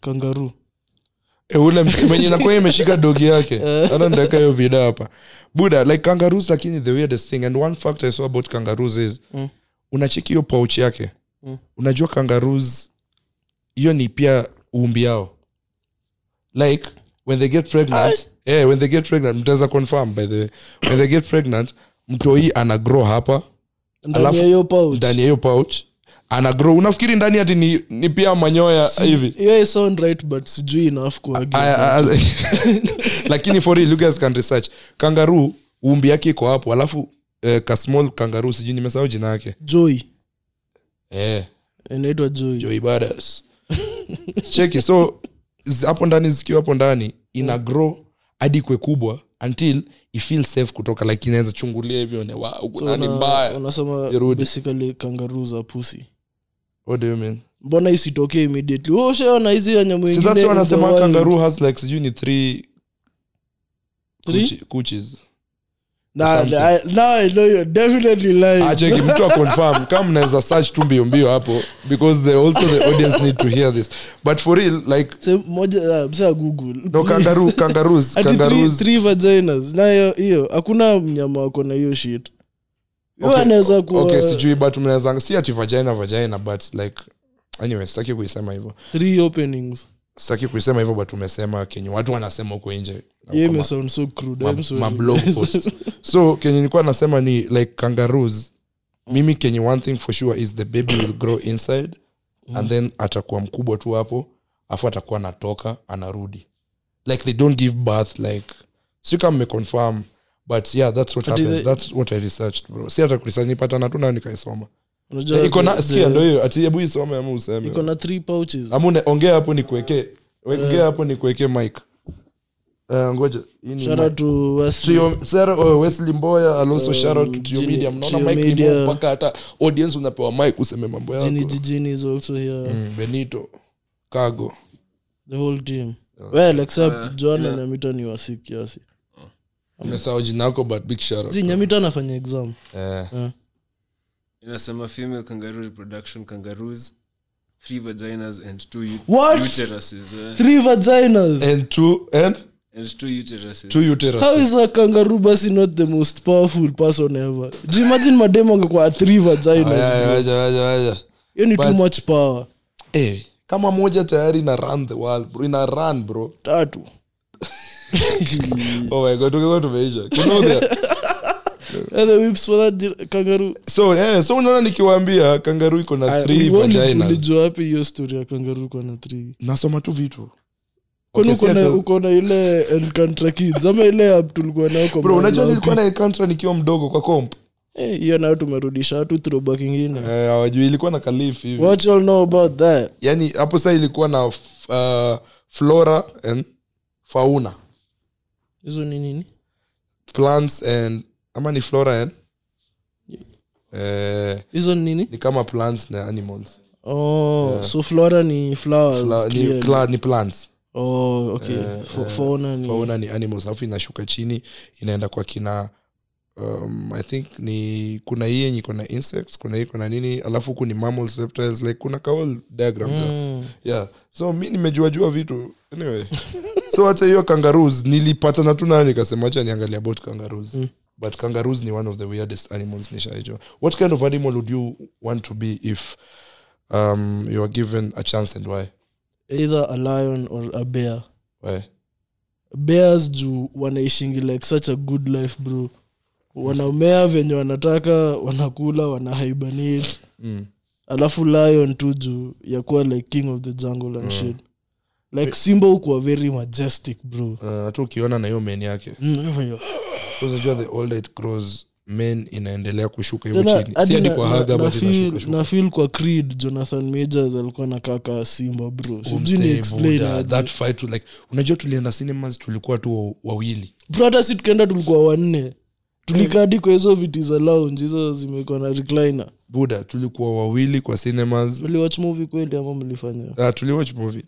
kangaruu e, ule mtu- mwenye nakuwa imeshika dogi yake Eh. ana ndaweka hiyo video hapa buda like kangaroos lakini the weirdest thing and one fact i saw about kangaroos is Mm. unacheki hiyo pouch yake Mm. unajua kangaroos hiyo ni pia uumbi yao like when they get pregnant yeah, when they get pregnant mtaweza confirm by the way when they get pregnant mtoi ana grow hapa ndani Alafu- ya hiyo pouch ndani ya hiyo pouch ana grow unafikiri ndani hati ni, ni pia manyoya hivi Ah, hiyo i sound right but sijui enough kuagi I- I- I- lakini for real you guys can research kangaroo umbi yake iko hapo alafu eh, ka small kangaroo sijui nimesahau jina yake joy eh. inaitwa joy Joey Badass. cheki so zi- hapo ndani zikiwa hapo ndani Mm. ina grow hadi kwe kubwa until i feel safe kutoka like inaweza chungulia hivyo ne wow, huku So ndani una- mbaya unasema Irudi. basically kangaroo za pusi what do you mean mbona isitokee immediately Wewe ushaona hizi wanyama si wengine that's why in the wanasema wild. kangaroo has like sijui ni three Three? kuchi- kuchis Nah, something. I- now I know you're definitely lying. acheki Ah, mtu aconfirm kama mnaweza search tu mbio mbio hapo because they also the audience need to hear this but for real like Se- moja ah, msa google no please. kangaroo kangaroos Ati three- kangaroos three vaginas na hiyo hiyo hakuna mnyama wako na hiyo shit hiyo Okay, anaweza kuwa okay sijui but mnaweza si ati vagina vagina but like anyway sitaki kuisema hivyo three openings sitaki kuisema hivyo but umesema kenye watu wanasema huko nje Na Yeah, huko ma- may sound so crude, ma- I'm sorry, mablog guys. post so kenye nilikuwa nasema ni like kangaroos mimi kenye one thing for sure is the baby will grow inside and then atakuwa mkubwa tu hapo afu atakuwa anatoka anarudi like they don't give birth like si kama mmeconfirm but yeah that's what Ati happens they- that's what i researched bro si hata kuresearch nipatana tu nayo nikaisoma Unajua Eh, iko na the- sikia the- ndo hiyo ati hebu isome ama iko useme na Eh. three pouches ama une- ongea hapo nikuwekee ongea hapo nikuwekee mike Eh, ngoja hii ni Shout mic. out to Wesley. Trio- Sarah, oh, Wesley Mboya and also shout out to Trio Jini- Media. Mnaona Um, Trio mic ni Media. move mpaka hata audience unapewa mic useme mambo yako. Jini Jijini is also here. Mm, Benito Kago. Mm. The whole team. Well, except Joan na Nyamita ni wasi kiasi. Nimesahau jina yako but big shout out. Zi, Nyamita anafanya exam. Eh. inasema female kangaroo reproduction kangaroos three vaginas and two ut- What? uteruses eh, Three vaginas. And two and and two uteruses two How uteruses. is a kangaroo basi not the most powerful person ever? Do you imagine madem angekuwa three Aya, vaginas? aya, aya, aya, aya. Hiyo ni too But- much power. Eh, kama moja tayari ina run the world bro ina run bro Tatu. Mm. oh my god tungekuwa tumeisha You know that. And the whips for that di- kangaroo. so eh, so unaona nikiwaambia kangaroo iko na Ah, three wewe uli- vaginas ulijua wapi hiyo story ya kangaroo kwa na three? nasoma tu vitu Kwani Okay, uko na- siya- uko na ile Encantra Kids ama ile app tulikuwa nayo kwa bro mahali unajua wapi? nilikuwa na Encantra nikiwa mdogo kwa comp Eh, hiyo nayo tumerudisha tu throwback ingine. Eh, hawajui ilikuwa na kalif hivi What y'all know about that? yani hapo saa ilikuwa na f- uh, flora and fauna Hizo ni nini? plants and ama ni flora and eh, Hizo ni nini? ni kama plants na animals Oh, so flora ni flowers. Fla, ni, clearly. cla, ni plants Oh, okay. Fa- fauna ni fauna ni animals alafu inashuka chini inaenda kwa kina um, i think ni kuna hii yenye iko na insects kuna hii iko na nini alafu huku ni mammals reptiles like kuna kaol diagram mm. Mm. yeah so mi nimejuajua vitu anyway so hata hiyo kangaroos nilipatana tu nayo nikasema acha niangalia about kangaroos mm. but kangaroos ni one of the weirdest animals nishaijua what kind of animal would you want to be if um, you are given a chance and why either a lion or a bear why bears juu wanaishingi like such a good life bro wanamea venye wanataka wanakula wana hibernate mm. alafu lion tu juu ya kuwa like king of the jungle and Mm. shit like simba ukuwa very majestic bro uh, hata ukiona na hiyo men yake Mm, unajua the old it grows men inaendelea kushuka hivyo tena chini hadi si hadi kwa na- haga na- na but feel- inashuka na shuka feel kwa creed jonathan majors alikuwa na kaka simba bro sijui ni Umsee, explain Buddha, aje. that fight like unajua tulienda cinemas tulikuwa tu wa- wawili bro hata si tukaenda tulikuwa wanne tulikadi kwa hizo viti za lounge hizo zimekuwa na recliner buda tulikuwa wawili kwa cinemas mliwatch movie kweli ama mlifanya Ah, tuliwatch movie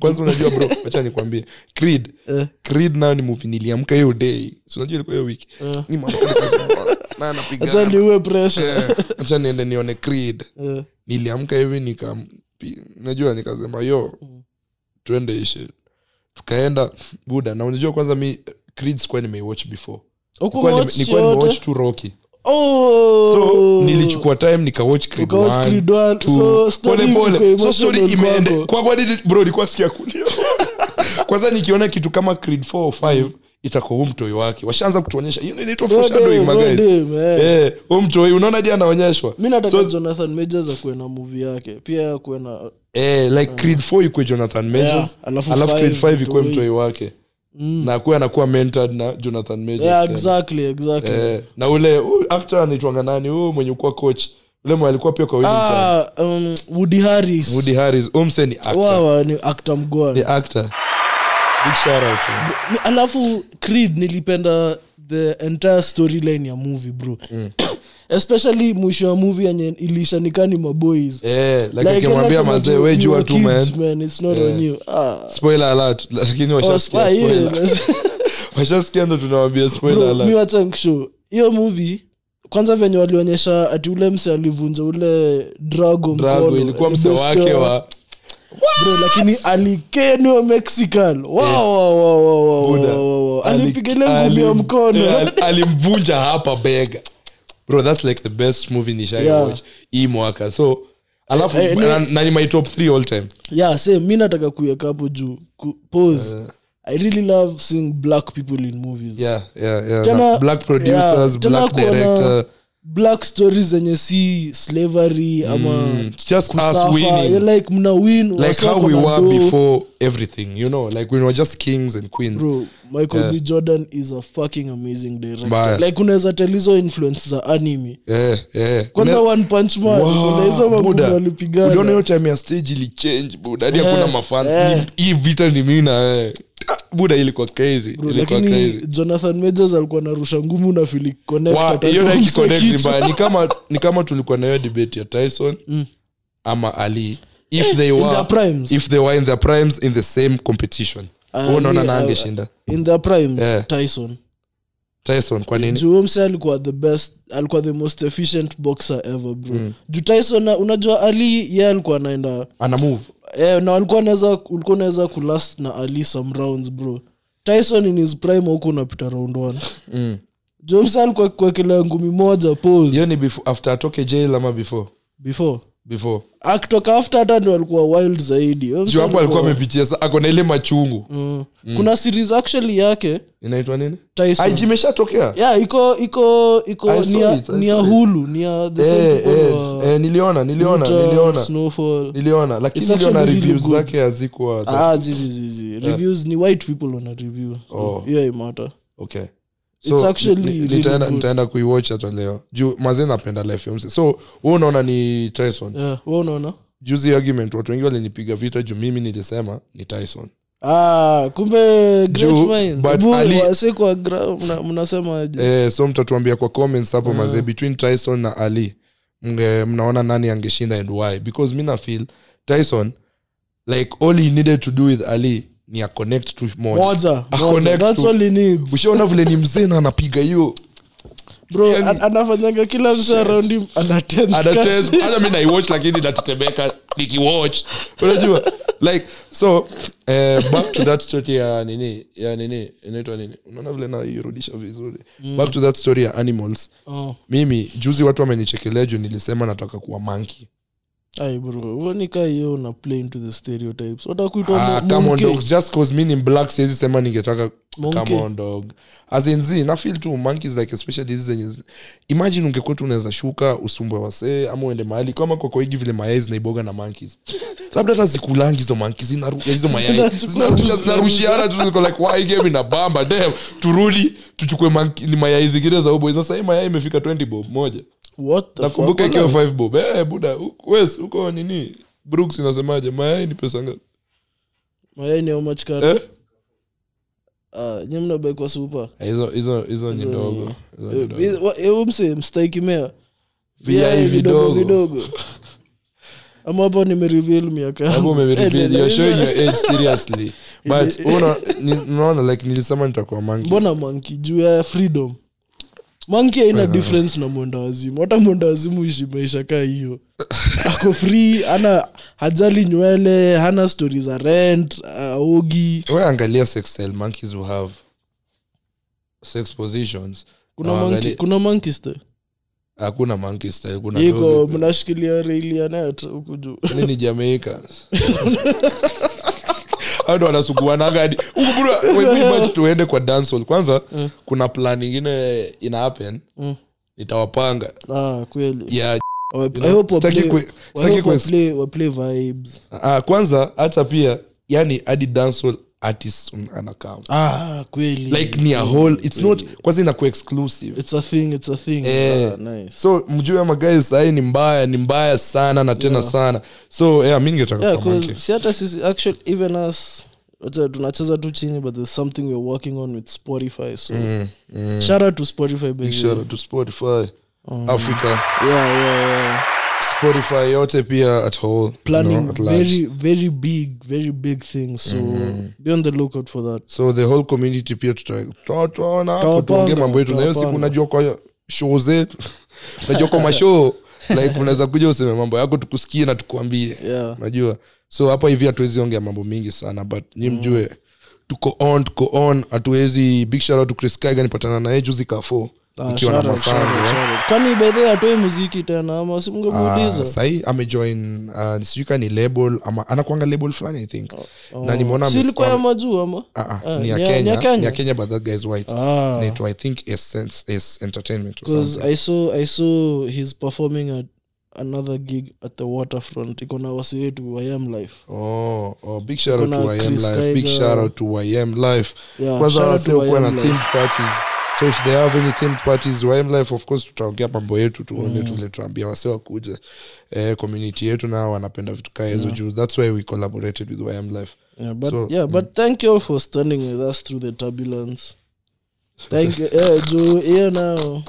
kwanza unajua bro wacha nikwambie creed Eh. creed nayo ni movie niliamka hiyo day si unajua ilikuwa hiyo wiki Eh. Ni mamka nikasema, na acha anapigana niue pressure Eh, acha niende nione creed Eh, niliamka hivi nika najua nikasema yo Mm. twende ishe tukaenda buda na unajua kwanza mi creed sikuwa nimeiwatch before huku Nilikuwa nime- watch nilikuwa yote. nimewatch tu rocky Oh! so nilichukua time nikawatch Creed Ukawatch one, Creed one, two. so story Pole pole. iko So story emotional imeende kwako. kwa kwa nini bro nilikuwa sikia kulia kwanza nikiona kitu kama creed 4 au Mm. 5 itakuwa huu mtoi wake washaanza kutuonyesha hiyo inaitwa God foreshadowing damn, my God guys damn, eh. eh huu mtoi unaona hadi anaonyeshwa mi nataka So- jonathan majors akuwe na muvi yake pia akuwe na eh like creed 4 ikuwe jonathan majors Mm. Yeah, alafu alafu creed five 5 ikuwe mtoi. mtoi wake Mm. na akuwe anakuwa mentored na jonathan majors yeah, tena. exactly exactly eh na ule huyu actor anaitwanga nani huyu mwenye kuwa coach ule mwenye alikuwa pia kwa winning time ah, um, woody harris Woody Harris. Omse ni actor. wawa ni actor mgoa Ni actor. Big shout out to him. Ni- alafu creed nilipenda the entire storyline ya movie bro Mm. especially mwisho ya movie yenye ilishanikani maboys Eh, like Like, akimwambia anasema mazee tu, we you jua are tu kids, man man, it's not on you. Ah. spoiler alert lakini Oh, washasikia spa- yeah, spoiler. man. washasikia ndo tunawambia spoiler Bro, mi alert wacha nikushow. hiyo movie kwanza venye walionyesha ati ule mse alivunja ule drago drago mkono, ilikuwa mse alibestia wake wa bro lakini alikeniwa Eh. mexican Wow, wow, wow, wow, wow, Buda. wow, wow, wow. alipiga ile Ali- ngumi ya mkono Eh, al- alimvunja hapa bega bro thats like the best movie nishai Yeah. watch hii mwaka so alafu Eh, eh, na, na ni my top 3 all time yeah same mi nataka kuiweka hapo juu Ku- pause i really love seeing black people in movies Eh. yeah yeah yeah Tena- Na black producers yeah, tena black kuona- director black stories zenye si slavery ama mm, just kusafa. us winning You're like mna win like wasee how wako we na were do. before everything you know like we were just kings and queens bro michael Yeah. b jordan is a fucking amazing director Mbaya. like unaweza tell hizo influence za anime yeah, yeah. kwanza Una- one punch man Wow, kuna hizo magumu Buddha. walipigana. uliona hiyo time ya stage ilichange buda hadi Eh, hakuna mafans eh. Ni- hii vita ni mimi na wewe. Ah, buda ilikuwa crazy Bro, ilikuwa lakini crazy jonathan majors alikuwa narusha ngumu na Phil Connect Wa- wakati hiyo na wamse ikiconnect kichwa. mbaya ni kama ni kama tulikuwa na hiyo debate ya Tyson ama Ali if they Mm. Eh, in were their primes. if they were in their primes in the same competition Ah, wewe unaona mi- nani ah, angeshinda in their prime Yeah. tyson Tyson kwa nini juu mse alikuwa the best alikuwa the most efficient boxer ever bro Hmm. juu tyson na- unajua ali ye alikuwa anaenda ana move eh, na walikuwa naweza ulikuwa unaweza kulast na ali some rounds bro tyson in his prime huku unapita round one Mm. joms alikuwa kuwekelea ngumi moja pose hiyo ni before after atoke jail ama before before before akitoka after hata ndio alikuwa wild zaidi Yo, msa juu hapo alikuwa Hmm. amepitia sa- ako na ile machungu Mm. kuna series actually yake inaitwa nini Tyson. IG imeshatokea yeah iko iko iko I saw nia, it, I nia saw it. hulu nia the same Eh, people eh, wa eh, niliona niliona Utah, niliona snowfall niliona lakini It's actually niliona really reviews good. zake hazikuwa tha- ah zizi zizi reviews ni white people wana review Oh. yeah it matter okay It's so actually ni- ni- really nitaenda- good. nitaenda kuiwatch hata leo juu mazee napenda life ya mse so huu unaona ni tyson yeah wewe unaona juzi argument watu wengi walinipiga vita juu mimi nilisema ni tyson Ah, kumbe Juu, but Ali- greatmindwasekwa mnasema aje eh, so mtatuambia kwa comments hapo Mm. mazee between tyson na ali mge, mnaona nani angeshinda and why because mi nafeel tyson like all he needed to do with ali ni aconnect to moja moja Ah, moja connect that's to- all he needs ushaona vile ni mzee na anapiga hiyo bro yani- an- anafanyanga kila msa around him ana tense kasi. Anatest- hata mi naiwatch lakini natetemeka nikiwatch unajua like so eh, back to that story ya nini ya nini inaitwa nini unaona vile nairudisha vizuri Mm. back to that story ya animals Oh. mimi juzi watu wamenichekelea juu nilisema nataka kuwa manki ai bro huoni kaa hiyo una play into the stereotypes ah, watakuitwa come on dogs just cause mi ni black siwezi sema ningetaka Monkey. come on dog as in z na feel tu monkeys like especially hizi zenye zi- imagine ungekuwa tu unaweza shuka usumbwe wasee ama uende mahali kama kwa kwaigi vile mayai zinaiboga na monkeys labda hata zikulangi hizo monkeys zinaru- hizo mayai Zinachukua tu, zinarusha zinarushiana tu ziko like why game ina bamba damn turudi tuchukue monkey- ni mayai zingine za uboy sasa hii mayai imefika 20 bob moja what the nakumbuka fuck? ikiwa 5 bob eh buda huku- wes huko nini brooks inasemaje mayai ni pesa ngapi mayai ni how much car eh ah nyinyi mnabai kwa super hizo hizo hizo ni Hizo ni- ndogo Hizo ni Eh, ndogo. wa- eh, umse mstaiki mea viai vidogo vidogo vidogo ama hapo nimereveal miaka hapo yangu. Eh, umereveal you're showing your nilaweza- age seriously but una ni- unaona like nilisema nitakuwa mangi mbona manki juu ya freedom manki Uh-huh. haina difference na mwenda wazimu hata mwenda wazimu ishi maisha kaa hiyo ako free ana hajali nywele hana stori za rent uh, aogi we angalia sextile monkeys who have sex positions kuna Na monkey- waangalie- kuna monkey style. hakuna monkey style kuna iko dog. mnashikilia reili ya net huku juu Yaani ni jamaicans hao ndo wanasuguanaga hadi huku bro, we- we imagine tuende kwa dancehall kwanza kuna plan ingine ina happen Mm. nitawapanga ah, kweli ya Wa- you I know, hope sitaki waplay- ku- I sitaki hope ku- waplay- waplay vibes ah, kwanza hata pia yani hadi dancehall artist anakam ah, kweli like ni a whole it's not kwanza inakuwa exclusive it's a thing it's a thing Eh. ah, nice so mjue ama guys sahii ni mbaya ni mbaya sana na tena sana so yeah, mi ningetaka yeah, kwa monkey. 'cause si hata sisi actually even us hata tunacheza tu chini but there's something we're working on with spotify so Mm, mm. shout out to spotify baby. Big shout out to spotify Mm. africa yeah yeah yeah spotify yote pia at whole planning you know, at large. Mm-hmm. very very big very big things so be on the lookout for that so the whole community pia tuta- tuta- tutaona hapo tuongee Tutawapanga, mambo yetu na hiyo siku tutawapanga. unajua kwa show zetu unajua kwa mashow like unaweza kuja useme mambo yako tukusikie na tukuambie yeah unajua so hapa hivi hatuwezi ongea mambo mingi sana but nyi mjue Mm. tuko on tuko on hatuwezi big shout out to chris kaiga nipatana naye juzi kafo Ah, nikiwa na shout out, shout out, masango shout out. kwani bedhe atoi muziki tena ama Ah, simngemuuliza sahii amejoin uh, sijui ka ni label ama anakwanga label fulani i think na nimeona ames- silikuwa Oh. ya majuu ama Ah, ah, Ah, ni ya ni ya- ni kenya ya Kenya? ni ya kenya but that guy is white Ah. inaitwa i think Essence- Ess entertainment or because something. I saw I saw he's performing at another gig at the waterfront. Iko na wasi wetu I am life. oh, oh, big shout out Kuna to im Chris life big Kaiga. shout out to im life Yeah, kwanza shout out wase to ukuwa na YM Life. themed parties so if they have any themed parties im life of course tutaongea mambo yetu tuone Mm. vile tuambia wase wakuja eh, community yetu nao wanapenda vitu kaa hizo juu that's why we collaborated with im life Yeah, but So, mm. yeah, but thank you all for standing with us through the turbulence. Thank you. Yeah, Joe, yeah now.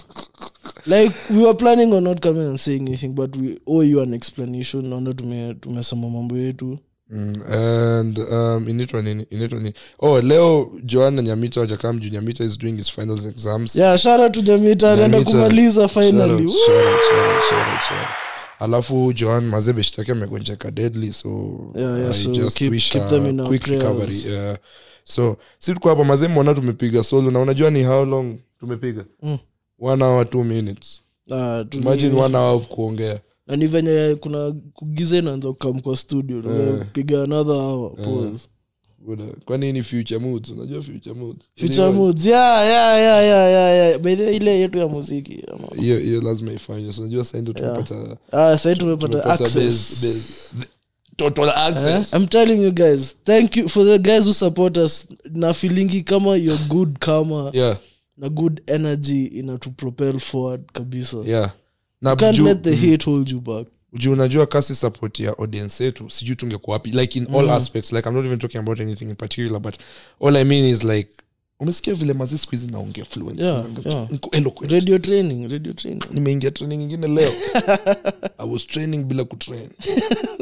Like we were planning on not coming and saying anything, but we owe you an explanation. Naona tume tumesema mambo yetu. Mm, and um, inaitwa nini inaitwa nini oh leo joan na nyamita wajakam juu nyamita is doing his finals exams Yeah, shout out to Jamita anaenda Jamita. kumaliza Shout out, finally. Woo! shout out, shout out, shout out, shout out. alafu joan maze beshtake amegonjeka deadly so Yeah, yeah, I so just keep- wish keep her them in our quick prayers. recovery, yeah. so si tuko hapa maze mona tumepiga solo na unajua ni how long tumepiga Mm. one hour two minutes Ah, tuli- imagine one hour of kuongea na ni venye kuna kugiza inaanza kukam kwa studio Eh. piga another hour pause Buda, kwani hii ni uh, future moods unajua future moods future Anyway, moods yeah yeah yeah yeah yeah yeah by the way, ile yetu ya muziki ama- hiyo hiyo lazima ifanywe so unajua saindo tumepata ah sasa tumepata tumepata access Eh? base- base- the- total access I'm telling you guys thank you for the guys who support us na feelingi kama your good karma yeah na good energy ina to propel forward kabisa yeah mm-hmm. na can't juu- let the hate hold you back juu unajua kasi support ya audience yetu sijui tungekuwa wapi like in Mm. all aspects like i'm not even talking about anything in particular but all i mean is like umesikia vile mazi siku hizi naongea fluent Yeah, yeah. Niko eloquent radio training radio training nimeingia training ingine leo i was training bila kutrain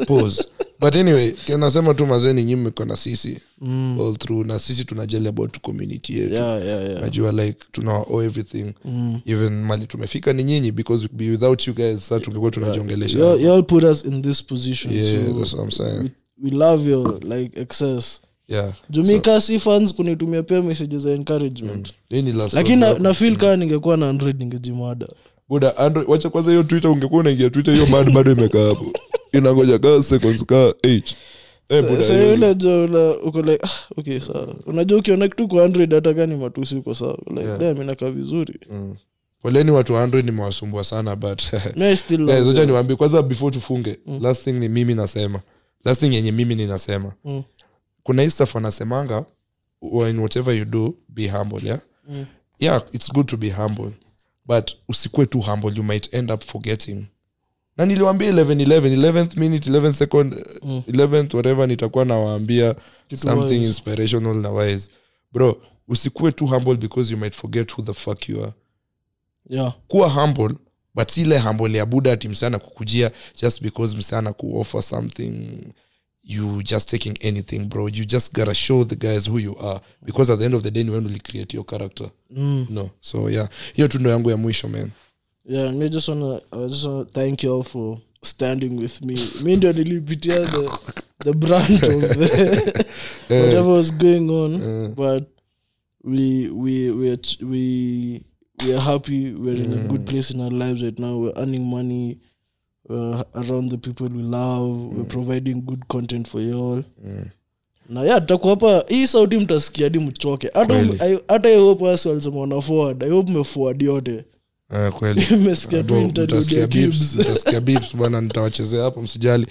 pause but anyway kanasema tu mazeni nyi mmekuwa na sisi mm. all through na sisi tunajali about community yetu yeah yeah yeah najua like tunaow everything mm. even mali tumefika ni nyinyi because be without you guys sa tungekuwa tunajiongelesha y'all, y'all put us in this position yeah, so mm. that's what i'm saying we, we love y'all like excess yeah jumika si fans kunitumia pia messages za encouragement Hii ni last lakini word na, yako. na feel kaa ningekuwa na 100 ningejimada Buda, Android- wacha kwanza hiyo twitter ungekuwa unaingia twitter hiyo bado bado imekaa hapo inangoja kaa seconds kaa eight. Eh, buda, hiyo- saile jo la uko like ah, okay sawa unajua ukiona kitu kwa 100 hata kani matusi uko sawa Uko like yeah. minakaa vizuri poleni watu wa android nimewasumbua sana but Mi I still love Mm. guys, wacha you. Eh, niwaambie kwanza before tufunge last thing ni mimi nasema last thing yenye mimi ninasema Mm. kuna hii stuff wanasemanga in whatever you do be humble yeah? Mm. yeah it's good to be humble but usikue too humble you might end up forgetting na niliwaambia 11 11 11th minute 11 second mm. 11th whatever nitakuwa nawaambia something wise. inspirational na wise bro usikue too humble because you might forget who the fuck you are yeah kuwa humble but si ile hambole ya buda ati msana kukujia just because msana kuoffer something you just taking anything bro you just gotta show the guys who you are because at the end of the day ni wewe ndio ulicreate your character mm. no so yeah hiyo tu ndo yangu ya mwisho man yeah me just wanna i just wanna thank you all for standing with me me ndio nilipitia the the brunt of the, whatever was going on but we we we we we are happy we're in a good place in our lives right now we're earning money we're around the people we love we're providing good content for y'all na ya takuapa hii sauti mtasikia hadi mchoke hata Kweli. I- hata I hope wasi walisema wana forward i hope mmeforward yote Ah, kweli Mmesikia tu Bro, interlude ya mtasikia Gibbs. Bibbs, mtasikia Bibbs, bwana nitawachezea hapo msijali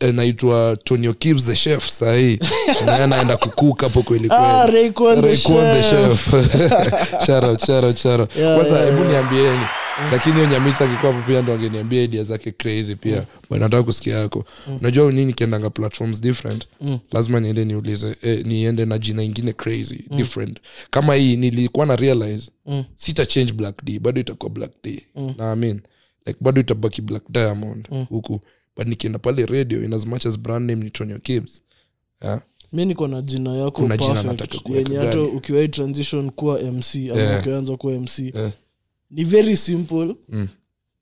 Eh, naitwa tonio kibs the chef sahii naye anaenda kukuka hapo kweli Ah, kweli. Raekwon the Raekwon the chef. chef. Shout out, shout out, shout out. Yeah, kwanza yeah, hebu yeah. Mm. niambieni lakini hiyo nyamicha akikuwa hapo pia ndo angeniambia idea zake crazy Mm. pia But nataka kusikia yako unajua nini nikiendanga platforms different Mm. lazima niende niulize eh, niende na jina ingine crazy Mm. different kama hii nilikuwa na realize sita change black d bado itakuwa black d Mm. na I mean like bado itabaki black diamond huku but nikienda pale radio in as much as brand name ni tonyo kibs yeah? mi niko na jina yako Kuna jina perfect, nataka kuweka Eh. yenye hata gani? ukiwai transition kuwa mc ama Yeah. ukianza kuwa mc Yeah. ni very simple Eh. Mm.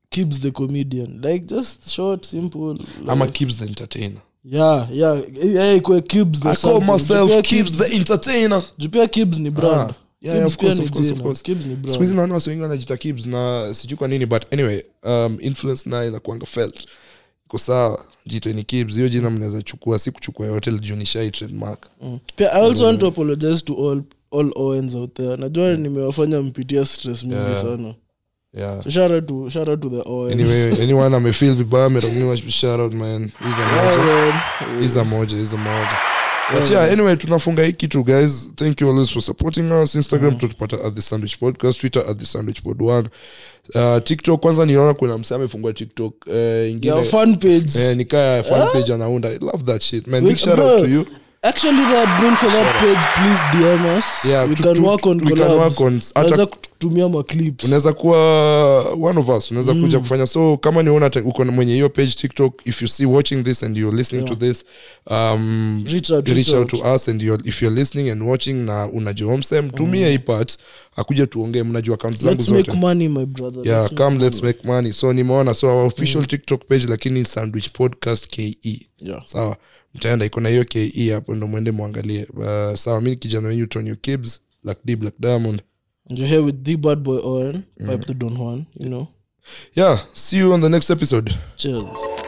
keeps the comedian like just short simple like, ama kibs the entertainer yeah yeah yeah ikuwe Kibz the I call something. myself Juu pia Kibs the entertainer. juu pia Kibz ni brand Ah, yeah, yeah, Kibz pia of course, ni of course, of jina. course. Kibz ni brand. Siku hizi naona wasi wengi wanajita Kibs na sijui kwa nini but anyway, um, influence nayo inakuanga felt. Iko sawa, jitwe ni Kibs. Hiyo jina mnaweza chukua, si kuchukua yote juu ni shai trademark. Mm. pia i also want to apologize to all all owens out there najua nimewafanya mpitia stress mingi Yeah. sana Yeah. so shout out to shout out to the owens Anyway, anyone amefeel vibaya amerogniwa shout out man. Hizo Yeah, moja. man. Hizo moja, hizo moja. But yeah, anyway, tunafunga hii kitu guys. Thank you always for supporting us. Instagram tutapata at the sandwich podcast, Twitter at the sandwich pod one. Uh, TikTok kwanza niona kuna msee amefungua TikTok uh, ingine Yeah, fan page Eh, nikaya fan page anaunda. I love that shit, man. Big Wait, shout bro. out to you. actually they are doing for that page please dm us Yeah, we tu- can tu- work on we can collabs. work on- hata- Unaweza kutumia maclips unaweza kuwa one of us unaweza Mm. kuja kufanya so kama niona te- uko na mwenye hiyo page tiktok if you see watching this and you're listening to this um, Reach out, reach out to us and you're, if you're listening and watching na unajua msem tumie hii part akuja tuongee mnajua akaunt zangu Mm. let's zote make money my brother yeah Let's come let's make money so nimeona so our Mm. official tiktok page lakini sandwich podcast E. ke make- yeah. sawa mtaenda iko na hiyo ke hapo ndo mwende mwangalie uh, sawa mi ni kijana wenyu tonyo kibs black d black diamond And you're here with the bad Mm. boy owen pipe the don juan you know yeah see you on the next episode cheers